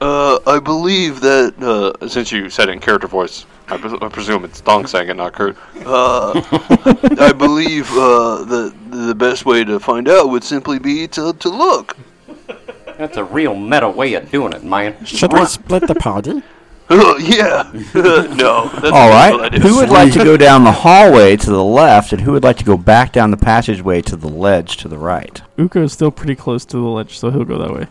Speaker 4: Uh, I believe that uh, since you said it in character voice, I, pres- I presume it's Donk saying it, not Kurt. Uh, I believe uh, that the best way to find out would simply be to, to look.
Speaker 7: That's a real meta way of doing it, man.
Speaker 10: Should we split the party?
Speaker 4: yeah. no. That's
Speaker 1: All
Speaker 4: a good
Speaker 1: right.
Speaker 4: idea.
Speaker 1: Who would like to go down the hallway to the left, and who would like to go back down the passageway to the ledge to the right?
Speaker 3: Uko is still pretty close to the ledge, so he'll go that way.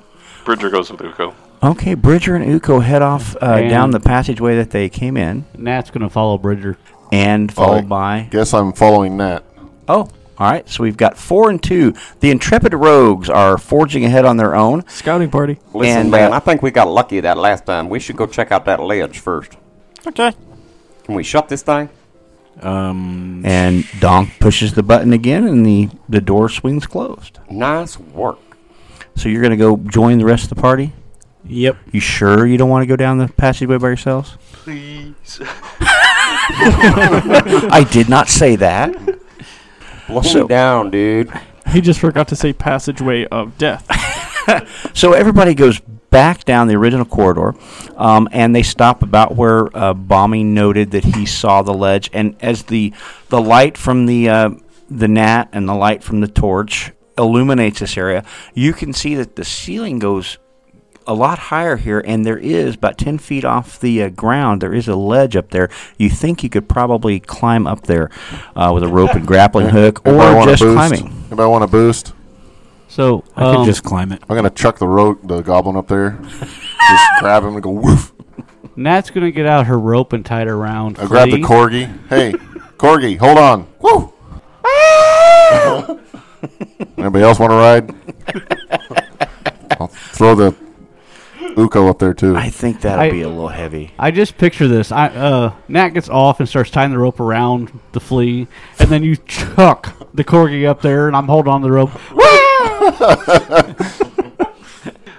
Speaker 4: Bridger goes with Uko.
Speaker 1: Okay, Bridger and Uko head off uh,
Speaker 6: And-
Speaker 1: down the passageway that they came in.
Speaker 6: Nat's gonna follow Bridger.
Speaker 1: and followed by
Speaker 2: Alright. Guess I'm following that.
Speaker 1: oh all right so we've got four and two the intrepid rogues are forging ahead on their own
Speaker 3: Scouting party.
Speaker 7: Listen,
Speaker 1: And,
Speaker 7: man,
Speaker 1: uh,
Speaker 7: I think we got lucky that last time. We should go check out that ledge first.
Speaker 5: Okay.
Speaker 7: Can we shut this thing?
Speaker 5: Um,
Speaker 1: and donk pushes the button again and the, the door swings closed
Speaker 7: Nice work.
Speaker 1: so you're going to go join the rest of the party
Speaker 5: yep.
Speaker 1: you sure you don't want to go down the passageway by yourselves
Speaker 4: Please.
Speaker 1: i did not say that
Speaker 7: Blow
Speaker 1: So-
Speaker 7: me down, dude.
Speaker 3: He just forgot to say passageway of death.
Speaker 1: so everybody goes back down the original corridor, um, and they stop about where uh, Bombing noted that he saw the ledge. And as the the light from the uh, the gnat and the light from the torch illuminates this area, you can see that the ceiling goes a lot higher here, and there is about ten feet off the uh, ground. There is a ledge up there. You think you could probably climb up there uh, with a rope and grappling hook,
Speaker 2: Anybody
Speaker 1: or
Speaker 2: want
Speaker 1: just
Speaker 2: a boost?
Speaker 1: climbing.
Speaker 2: Anybody want a boost?
Speaker 6: So
Speaker 5: I could
Speaker 6: um,
Speaker 5: just climb it.
Speaker 2: I'm gonna chuck the rogue, the goblin up there. just grab him and go woof.
Speaker 6: Nat's gonna get out her rope and tie it around.
Speaker 2: I grab the
Speaker 6: Flea.
Speaker 2: corgi. Hey, corgi, hold on. Woo! Anybody else want to ride? I'll throw the uko up there too.
Speaker 1: I think that'll
Speaker 6: I-
Speaker 1: be a little heavy.
Speaker 6: I just picture this. I uh, Nat gets off and starts tying the rope around the flea, and then you chuck the corgi up there, and I'm holding on to the rope.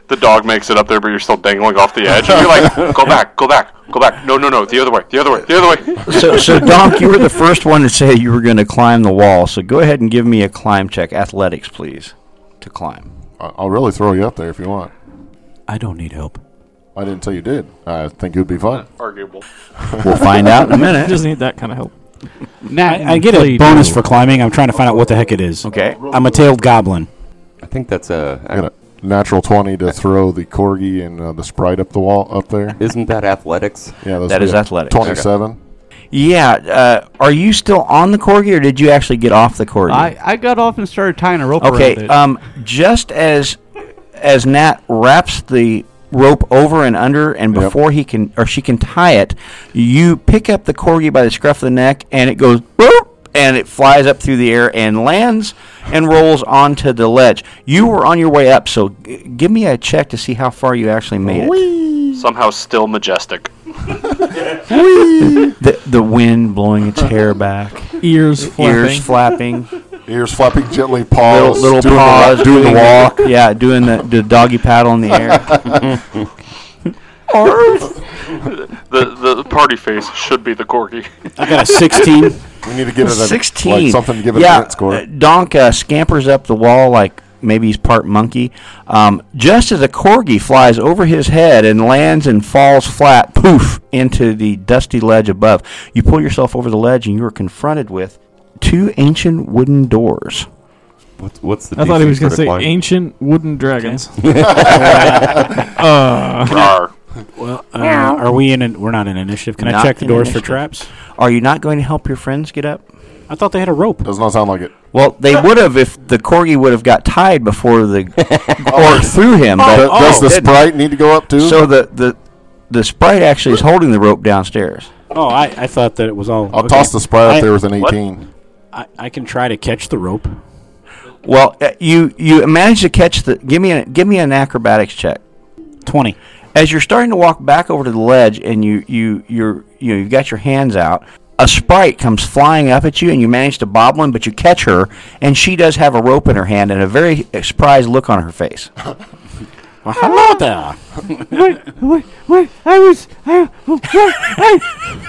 Speaker 4: The dog makes it up there, but you're still dangling off the edge. And you're like, go back, go back, go back. No, no, no. The other way, the other way, the other way.
Speaker 1: So, so Donk, you were the first one to say you were going to climb the wall. So go ahead and give me a climb check, athletics, please, to climb.
Speaker 2: I- I'll really throw you up there if you want.
Speaker 5: I don't need help.
Speaker 2: I didn't tell you did. I think it would be fun.
Speaker 4: Arguable.
Speaker 1: We'll find out in a
Speaker 3: He
Speaker 1: minute.
Speaker 3: doesn't need that kind of help.
Speaker 6: Nat,
Speaker 5: I, I get a bonus for climbing. I'm trying to find out what the heck it is.
Speaker 1: Okay.
Speaker 5: I'm a tailed goblin.
Speaker 7: I think that's uh, a.
Speaker 2: I got natural twenty to throw the corgi and uh, the sprite up the wall up there.
Speaker 7: Isn't that athletics?
Speaker 2: Yeah, those
Speaker 1: That
Speaker 2: we
Speaker 1: is
Speaker 2: got
Speaker 1: athletics.
Speaker 2: Twenty-seven.
Speaker 1: Yeah. Uh, are you still on the corgi, or did you actually get off the corgi?
Speaker 6: I, I got off and started tying a rope around
Speaker 1: okay.
Speaker 6: it.
Speaker 1: Um, just as as Nat wraps the rope over and under, and
Speaker 2: Yep.
Speaker 1: before he can or she can tie it, you pick up the corgi by the scruff of the neck, and it goes boop, and it flies up through the air and lands and rolls onto the ledge. You were on your way up, so g- give me a check to see how far you actually made it.
Speaker 4: Somehow still majestic.
Speaker 1: The, the wind blowing its hair back,
Speaker 3: Ears flapping.
Speaker 1: ears flapping,
Speaker 2: Ears flapping gently,
Speaker 1: little,
Speaker 2: paws,
Speaker 1: little
Speaker 2: doing
Speaker 1: paws,
Speaker 2: the, doing the walk.
Speaker 1: Yeah, doing the, the doggy paddle in the air.
Speaker 4: The the party face should be the corgi.
Speaker 5: I got a 16.
Speaker 2: We need to give it a
Speaker 1: Sixteen.
Speaker 2: like something to give it
Speaker 1: yeah,
Speaker 2: a net score.
Speaker 1: uh, Donk uh, scampers up the wall like maybe he's part monkey. Um, just as a corgi flies over his head and lands and falls flat, poof, into the dusty ledge above. You pull yourself over the ledge and you are confronted with two ancient wooden doors.
Speaker 7: What's, what's the
Speaker 3: I thought he
Speaker 7: DC
Speaker 3: was going
Speaker 7: for
Speaker 3: to say
Speaker 7: decline?
Speaker 3: ancient wooden dragons.
Speaker 4: Rawr.
Speaker 5: Well, uh, are we in? An, we're not in initiative. Can I
Speaker 1: Not
Speaker 5: check the
Speaker 1: in
Speaker 5: doors
Speaker 1: initiative.
Speaker 5: for traps?
Speaker 1: Are you not going to help your friends get up?
Speaker 5: I thought they had a rope.
Speaker 2: Does not sound like it.
Speaker 1: Well, they would have if the corgi would have got tied before the or through him. But
Speaker 2: Th- does
Speaker 1: oh,
Speaker 2: the
Speaker 1: didn't.
Speaker 2: sprite need to go up too?
Speaker 1: So the, the the sprite actually is holding the rope downstairs.
Speaker 5: Oh, I, I thought that it was all.
Speaker 2: I'll
Speaker 5: okay.
Speaker 2: toss the sprite
Speaker 5: I-
Speaker 2: up there with an eighteen.
Speaker 5: I, I can try to catch the rope.
Speaker 1: Well, uh, you you managed to catch the. Give me a give me an acrobatics check.
Speaker 5: Twenty.
Speaker 1: As you're starting to walk back over to the ledge, and you you you're you know you've got your hands out. A sprite comes flying up at you, and you manage to bobble in, but you catch her, and she does have a rope in her hand and a very surprised look on her face.
Speaker 5: Well, hello there.
Speaker 9: Wait, wait, wait. I was. I. oh, I,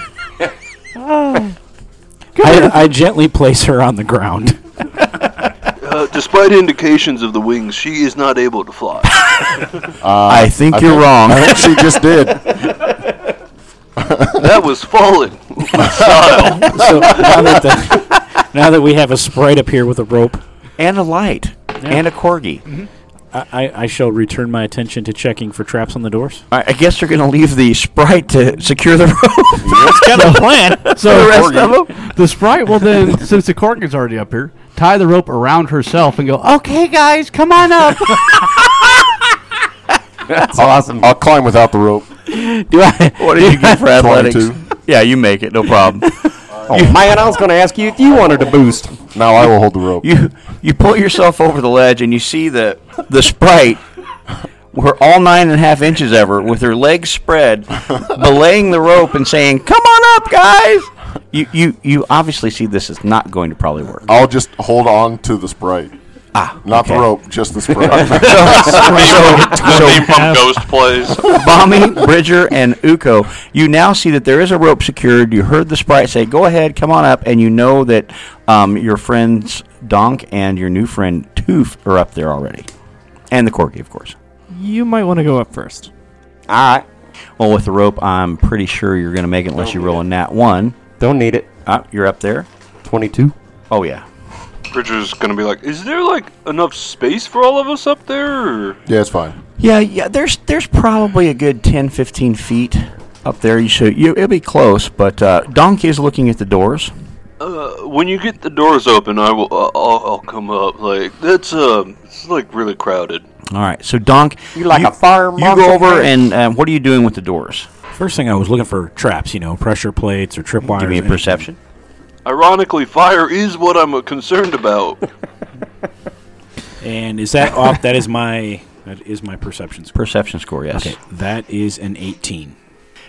Speaker 5: I, I gently place her on the ground.
Speaker 4: Uh, despite indications of the wings, she is not able to fly.
Speaker 1: I think you're
Speaker 2: think-
Speaker 1: wrong.
Speaker 2: Uh, I think she just did.
Speaker 4: that was falling.
Speaker 5: so now that, the, now that we have a sprite up here with a rope,
Speaker 1: and a light and a corgi.
Speaker 5: I, I, I shall return my attention to checking for traps on the doors.
Speaker 1: I, I guess they're going to leave the sprite to secure the rope.
Speaker 5: Got a plan.
Speaker 1: for the rest of them.
Speaker 6: The sprite will then, since the cork is already up here, tie the rope around herself and go, okay, guys, come on up.
Speaker 7: That's awesome.
Speaker 2: I'll climb without the rope.
Speaker 5: Do I?
Speaker 1: What did you get for athletics?
Speaker 2: 22.
Speaker 1: Yeah, you make it. No problem.
Speaker 7: Oh, man, I was going to ask you if you wanted to boost.
Speaker 2: Now I will hold the rope.
Speaker 1: you you pull yourself over the ledge and you see the the sprite were all nine and a half inches of her with her legs spread belaying the rope and saying come on up guys you you you obviously see this is not going to probably work
Speaker 2: I'll just hold on to the sprite. Ah, not the
Speaker 1: okay.
Speaker 2: rope, just the sprite.
Speaker 4: the theme from Ghost plays.
Speaker 1: Bommy, Bridger, and Uko, you now see that there is a rope secured. You heard the sprite say, "Go ahead, come on up," and you know that um, your friends Donk and your new friend Toof are up there already, and the corgi, of course.
Speaker 3: You might want to go up first.
Speaker 7: All right.
Speaker 1: Well, with the rope, I'm pretty sure you're going to make it unless you roll a nat one.
Speaker 7: Don't need it.
Speaker 1: Uh, you're up there.
Speaker 7: 22.
Speaker 1: Oh yeah.
Speaker 4: Bridger's gonna be like, is there like enough space for all of us up there? or-"
Speaker 2: yeah, it's fine.
Speaker 1: Yeah, yeah. There's there's probably a good 10, 15 feet up there. You should you it'll be close, but uh, Donk is looking at the doors.
Speaker 4: Uh, when you get the doors open, I will. Uh, I'll, I'll come up. Like that's um, it's like really crowded.
Speaker 1: All right. So Donk,
Speaker 7: You like a fire
Speaker 1: You
Speaker 7: monster,
Speaker 1: go over
Speaker 7: man.
Speaker 1: and um, what are you doing with the doors?
Speaker 5: First thing I was looking for traps, you know, pressure plates or tripwires.
Speaker 1: Give me a
Speaker 5: anything.
Speaker 1: perception.
Speaker 4: Ironically, fire is what I'm uh, concerned about.
Speaker 5: And is that off? that is my that is my perception score.
Speaker 1: Perception score, yes.
Speaker 5: Okay, that is an eighteen.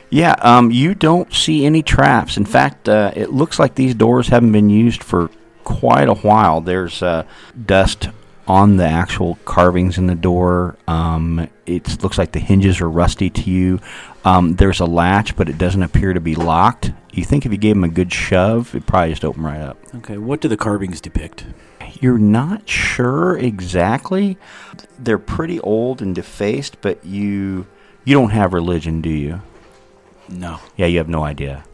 Speaker 1: Yeah, um, you don't see any traps. In fact, uh, it looks like these doors haven't been used for quite a while. There's uh, dust on the actual carvings in the door. Um, it looks like the hinges are rusty to you. Um, there's a latch, but it doesn't appear to be locked. You think if you gave them a good shove, it'd probably just open right up.
Speaker 5: Okay, what do the carvings depict?
Speaker 1: You're not sure exactly. They're pretty old and defaced, but you you don't have religion, do you?
Speaker 5: No,
Speaker 1: Yeah, you have no idea.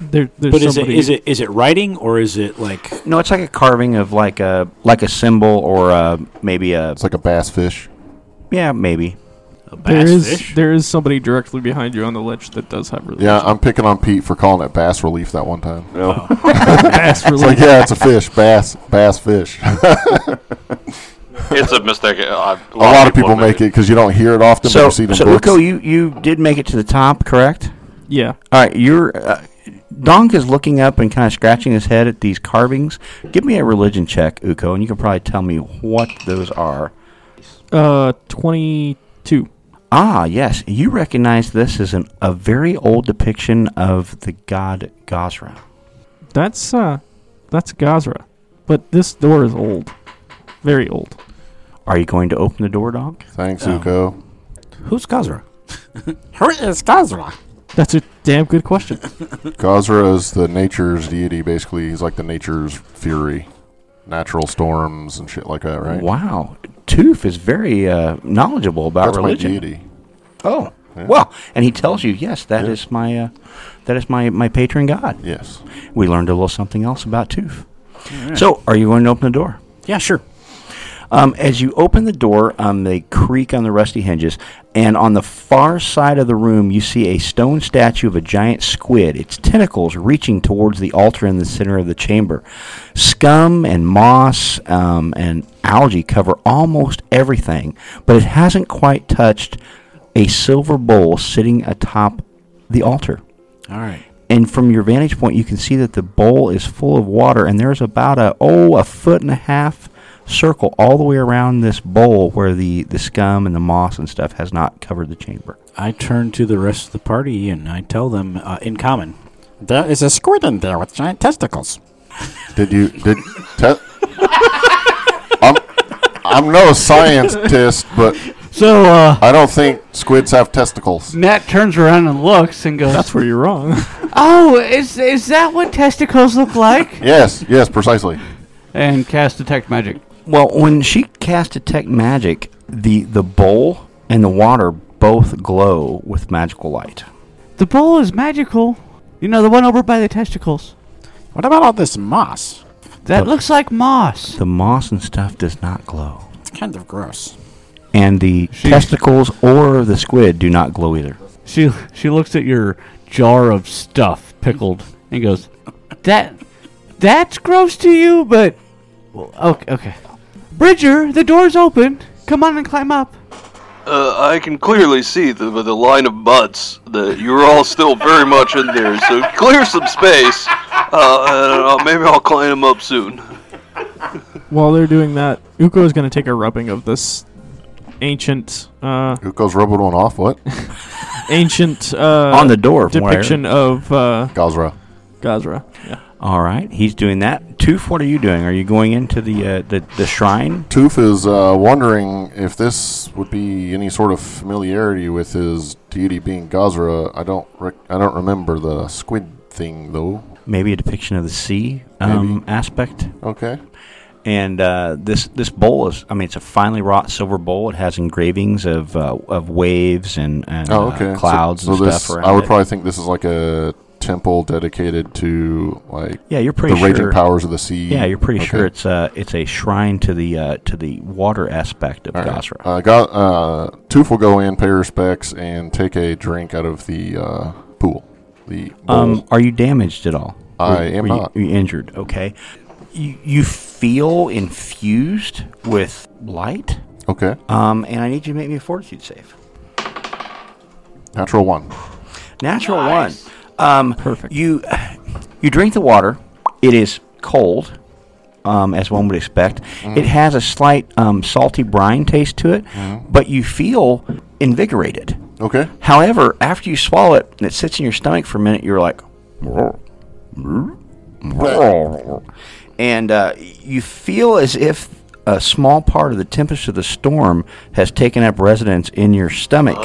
Speaker 3: There, there's
Speaker 5: but is it
Speaker 3: somebody.
Speaker 5: is it is it writing or is it like
Speaker 1: No, it's like a carving of like a like a symbol or a, uh, maybe a
Speaker 2: It's like a bass fish.
Speaker 1: Yeah, maybe.
Speaker 5: A
Speaker 3: There
Speaker 5: bass
Speaker 3: is
Speaker 5: fish?
Speaker 3: there is somebody directly behind you on the ledge that does have relief.
Speaker 2: Yeah, I'm picking on Pete for calling it bass relief that one time.
Speaker 7: No.
Speaker 3: Bass
Speaker 2: It's
Speaker 3: relief.
Speaker 2: like, yeah, it's a fish, bass, bass fish.
Speaker 4: It's a mistake. uh, I-
Speaker 2: a lot of people make it because you don't hear it often. but
Speaker 1: So,
Speaker 2: you see them
Speaker 1: so
Speaker 2: bricks.
Speaker 1: Uko, e- you, you did make it to the top, correct?
Speaker 3: Yeah.
Speaker 1: All right, you're. Uh, Donk is looking up and kind of scratching his head at these carvings. Give me a religion check, Uko, and you can probably tell me what those are.
Speaker 3: Uh, twenty two.
Speaker 1: Ah, yes, you recognize this as an, a very old depiction of the god Gazra.
Speaker 3: That's uh, that's Gazra, but this door is old, very old.
Speaker 1: Are you going to open the door, Donk?
Speaker 2: Thanks, Uko.
Speaker 5: Who's Gazra?
Speaker 10: Who is Gazra?
Speaker 3: That's a damn good question.
Speaker 2: Gazra is the nature's deity, basically. He's like the nature's fury, natural storms and shit like that, right?
Speaker 1: Wow, Toof is very uh, knowledgeable about
Speaker 2: That's
Speaker 1: religion.
Speaker 2: my deity.
Speaker 1: Oh, well, and he tells you, yes, that is my uh, that is my my patron god.
Speaker 2: Yes.
Speaker 1: We learned a little something else about Toof. So, are you going to open the door?
Speaker 5: Yeah, sure.
Speaker 1: Um, as you open the door, um, they creak on the rusty hinges, and on the far side of the room, you see a stone statue of a giant squid, its tentacles reaching towards the altar in the center of the chamber. Scum and moss um, and algae cover almost everything, but it hasn't quite touched a silver bowl sitting atop the altar.
Speaker 5: All right.
Speaker 1: And from your vantage point, you can see that the bowl is full of water, and there's about a oh a foot and a half circle all the way around this bowl where the the scum and the moss and stuff has not covered the chamber.
Speaker 5: I turn to the rest of the party and I tell them uh, in common.
Speaker 10: There is a squid in there with giant testicles.
Speaker 2: Did you did? Te- I'm I'm no scientist, but
Speaker 9: So uh,
Speaker 2: I don't think squids have testicles.
Speaker 9: Nat turns around and looks and goes,
Speaker 3: That's where you're wrong.
Speaker 9: "Oh, is is that what testicles look like?"
Speaker 2: Yes, yes, precisely.
Speaker 6: and cast detect magic.
Speaker 1: Well, when she cast detect magic, the the bowl and the water both glow with magical light.
Speaker 9: The bowl is magical. You know, the one over by the testicles.
Speaker 10: What about all this moss?
Speaker 9: That looks like moss.
Speaker 1: The moss and stuff does not glow,
Speaker 10: It's kind of gross.
Speaker 1: and the testicles or the squid do not glow either.
Speaker 6: She she looks at your jar of stuff pickled and goes,
Speaker 9: That that's gross to you, but
Speaker 6: "Okay, okay."
Speaker 9: Bridger, the door's open. Come on and climb up.
Speaker 4: Uh, I can clearly see the, with the line of butts that you're all still very much in there. So clear some space. Uh, and, uh, maybe I'll climb them up soon.
Speaker 3: While they're doing that, Uko is going to take a rubbing of this ancient, uh,
Speaker 2: Uko's rubbing one off. What?
Speaker 3: ancient uh,
Speaker 1: On the door, from where-
Speaker 3: depiction of uh,
Speaker 2: Gazra.
Speaker 3: Gazra. Yeah.
Speaker 1: All right, he's doing that. Toof, what are you doing? Are you going into the uh, the, the shrine?
Speaker 2: Toof is uh, wondering if this would be any sort of familiarity with his deity being Gazra. I don't rec- I don't remember the squid thing though.
Speaker 1: Maybe a depiction of the sea um,
Speaker 2: Maybe.
Speaker 1: aspect.
Speaker 2: Okay.
Speaker 1: And uh, this this bowl is, I mean, it's a finely wrought silver bowl. It has engravings of uh, of waves and, and
Speaker 2: Oh,
Speaker 1: uh,
Speaker 2: okay. So-
Speaker 1: clouds
Speaker 2: so
Speaker 1: and
Speaker 2: this,
Speaker 1: stuff around
Speaker 2: I would
Speaker 1: it.
Speaker 2: probably think this is like a temple dedicated to like
Speaker 1: yeah, you're
Speaker 2: the
Speaker 1: pretty
Speaker 2: raging
Speaker 1: sure.
Speaker 2: powers of the sea.
Speaker 1: Yeah, you're pretty
Speaker 2: Okay.
Speaker 1: sure it's uh, it's a shrine to the uh, to the water aspect of
Speaker 2: All right.
Speaker 1: Gosra.
Speaker 2: Uh, Ga- uh, Toof will go in, pay respects, and take a drink out of the uh, pool. The bowl.
Speaker 1: Um, are you damaged at all?
Speaker 2: I
Speaker 1: Were-
Speaker 2: am
Speaker 1: were you-
Speaker 2: not.
Speaker 1: were You, injured? Okay. You, you feel infused with light,
Speaker 2: okay,
Speaker 1: um, and I need you to make me a fortitude save.
Speaker 2: natural one.
Speaker 1: Natural one. Um, Perfect. You you drink the water. It is cold, um, as one would expect. It has a slight um, salty brine taste to it, but you feel invigorated.
Speaker 2: Okay,
Speaker 1: However, after you swallow it and it sits in your stomach for a minute, you're like, and uh, you feel as if a small part of the tempest of the storm has taken up residence in your stomach,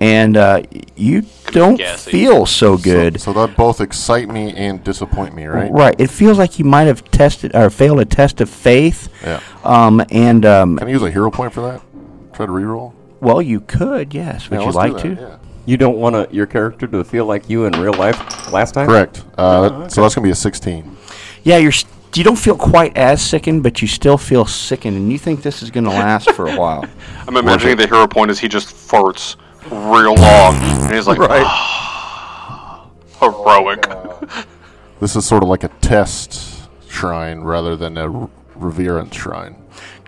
Speaker 1: and uh, you don't
Speaker 4: gassy.
Speaker 1: feel so good.
Speaker 2: So that both excite me and disappoint me, right?
Speaker 1: It feels like you might have tested or failed a test of faith.
Speaker 2: Yeah.
Speaker 1: Um, and um,
Speaker 2: Can I use a hero point for that? Try to reroll.
Speaker 1: well, you could, yes. Would
Speaker 2: Yeah,
Speaker 1: you
Speaker 2: let's do
Speaker 1: like
Speaker 2: that,
Speaker 1: to?
Speaker 2: yeah.
Speaker 7: You don't want to your character to feel like you in real life last time?
Speaker 2: Correct. Uh, So that's gonna be a sixteen.
Speaker 1: Yeah, you're s- you don't feel quite as sickened, but you still feel sickened, and you think this is going to last for a while.
Speaker 4: I'm imagining the hero point is he just farts real long, and he's like, "Ah, heroic.
Speaker 2: This is sort of like a test shrine rather than a r- reverence shrine.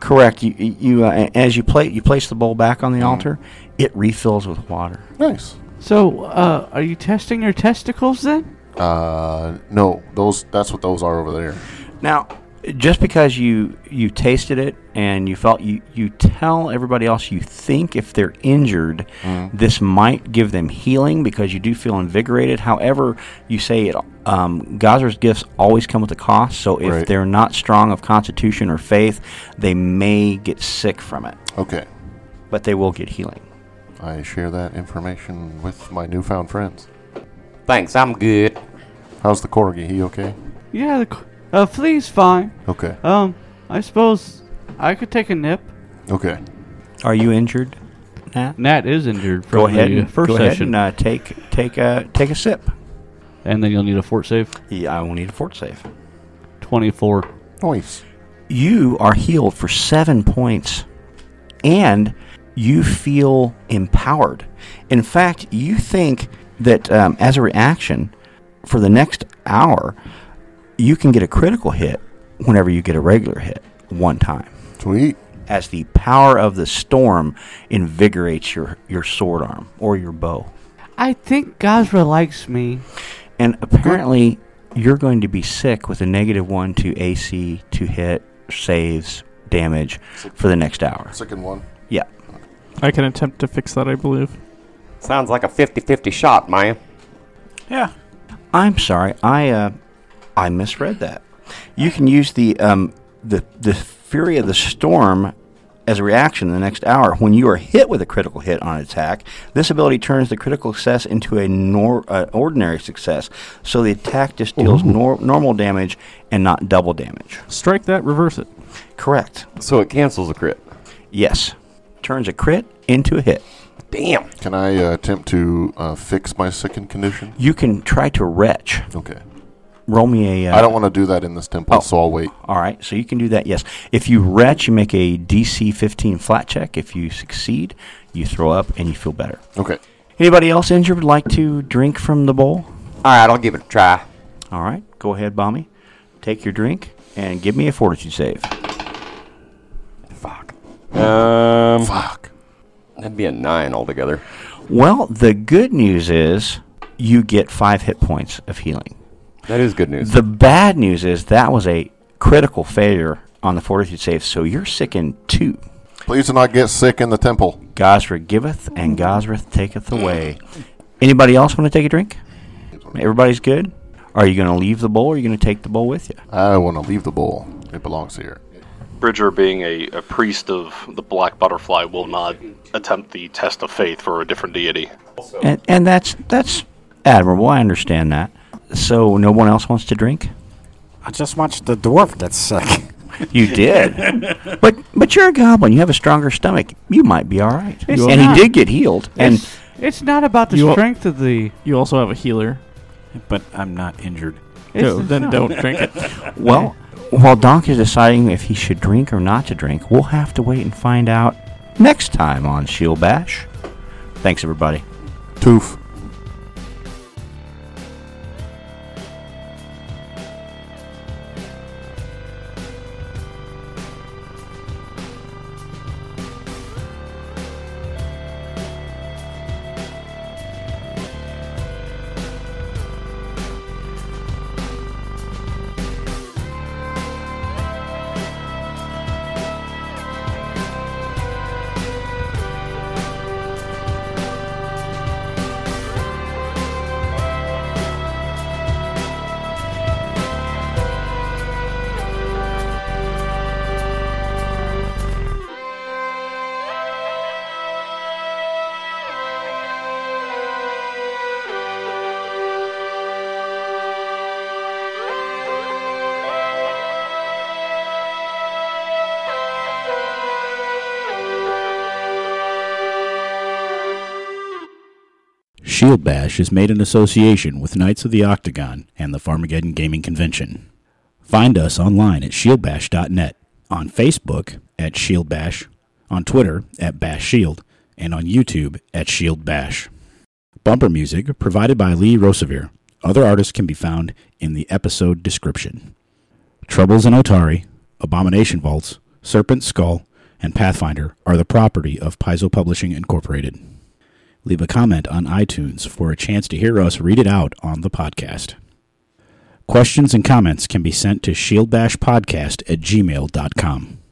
Speaker 1: Correct. You you uh, as you play you place the bowl back on the altar, it refills with water.
Speaker 2: Nice.
Speaker 9: So, uh, are you testing your testicles then?
Speaker 2: Uh, no, those that's what those are over there.
Speaker 1: Now, just because you you tasted it and you felt you you tell everybody else you think if they're injured, this might give them healing because you do feel invigorated. However, you say it. Um, Gaza's gifts always come with a cost, so if
Speaker 2: Right.
Speaker 1: they're not strong of constitution or faith, they may get sick from it,
Speaker 2: Okay,
Speaker 1: but they will get healing.
Speaker 2: I share that information with my newfound friends.
Speaker 7: Thanks, I'm good.
Speaker 2: How's the corgi? He okay?
Speaker 9: Yeah, the c- uh, flea's fine.
Speaker 2: Okay.
Speaker 9: Um, I suppose I could take a nip.
Speaker 2: Okay.
Speaker 1: Are you injured? Nat?
Speaker 6: Nat is injured from
Speaker 1: Go ahead
Speaker 6: the
Speaker 1: and
Speaker 6: first
Speaker 1: go
Speaker 6: session,
Speaker 1: ahead and uh, take take a take a sip.
Speaker 6: and then you'll need a fort save.
Speaker 1: Yeah, I will need a fort save.
Speaker 6: Twenty-four.
Speaker 2: Nice.
Speaker 1: you are healed for seven points and you feel empowered. In fact, you think that um, as a reaction for the next hour, you can get a critical hit whenever you get a regular hit one time.
Speaker 2: Sweet.
Speaker 1: As the power of the storm invigorates your, your sword arm or your bow.
Speaker 9: I think Gazra likes me.
Speaker 1: And apparently, you're going to be sick with a negative one to AC to hit, saves, damage for the next hour.
Speaker 2: Second one.
Speaker 1: Yeah.
Speaker 3: I can attempt to fix that, I believe.
Speaker 7: Sounds like a 50 50 shot, man.
Speaker 5: Yeah.
Speaker 1: I'm sorry, I uh, I misread that. You can use the um, the the fury of the storm as a reaction in the next hour when you are hit with a critical hit on an attack. This ability turns the critical success into a nor- uh, ordinary success, so the attack just deals nor- normal damage and not double damage.
Speaker 3: Strike that, reverse it.
Speaker 1: Correct.
Speaker 7: So it cancels a crit.
Speaker 1: Yes. Turns a crit into a hit.
Speaker 7: Damn.
Speaker 2: Can I uh, attempt to uh, fix my sickened condition?
Speaker 1: You can try to retch.
Speaker 2: Okay.
Speaker 1: Roll me a. Uh,
Speaker 2: I don't want to do that in this temple,
Speaker 1: Oh.
Speaker 2: so I'll wait.
Speaker 1: All right, so you can do that, yes. If you retch, you make a DC 15 flat check. If you succeed, you throw up and you feel better.
Speaker 2: Okay.
Speaker 1: Anybody else injured would like to drink from the bowl?
Speaker 7: Alright, I'll give it a try.
Speaker 1: All right, go ahead, Bommy. Take your drink and give me a fortitude save.
Speaker 7: Fuck. Um,
Speaker 2: Fuck.
Speaker 7: that'd be a 9 altogether.
Speaker 1: Well, the good news is you get five hit points of healing.
Speaker 7: That is good news.
Speaker 1: The bad news is that was a critical failure on the fortitude save, so you're sickened two.
Speaker 2: Please do not get sick in the temple.
Speaker 1: Gosra giveth and Gosrith taketh
Speaker 9: Mm.
Speaker 1: away. Anybody else want to take a drink? Everybody's good? Are you going to leave the bowl or are you going to take the bowl with you?
Speaker 2: I want to leave the bowl. It belongs here.
Speaker 4: Bridger, being a, a priest of the Black Butterfly, will not attempt the test of faith for a different deity.
Speaker 1: And, and that's that's admirable. I understand that. So no one else wants to drink?
Speaker 10: I just watched the dwarf get sick.
Speaker 1: You did. but but you're a goblin. You have a stronger stomach. You might be all right.
Speaker 9: It's
Speaker 1: and
Speaker 9: not.
Speaker 1: he did get healed. And
Speaker 9: it's, it's not about the
Speaker 3: You al-
Speaker 9: strength of the.
Speaker 3: You also have a healer.
Speaker 5: But I'm not injured.
Speaker 9: It's
Speaker 3: So then don't drink it.
Speaker 1: well, while Donk is deciding if he should drink or not to drink, we'll have to wait and find out next time on Shield Bash. Thanks everybody.
Speaker 2: Toof.
Speaker 5: Shield Bash is made in association with Knights of the Octagon and the Farmageddon Gaming Convention. Find us online at shieldbash.net, on Facebook at shieldbash, on Twitter at bash shield, and on YouTube at shieldbash. Bumper music provided by Lee Rosevere. Other artists can be found in the episode description. Troubles in Otari, Abomination Vaults, Serpent Skull, and Pathfinder are the property of Paizo Publishing Incorporated. Leave a comment on iTunes for a chance to hear us read it out on the podcast. Questions and comments can be sent to shieldbashpodcast at gmail.com.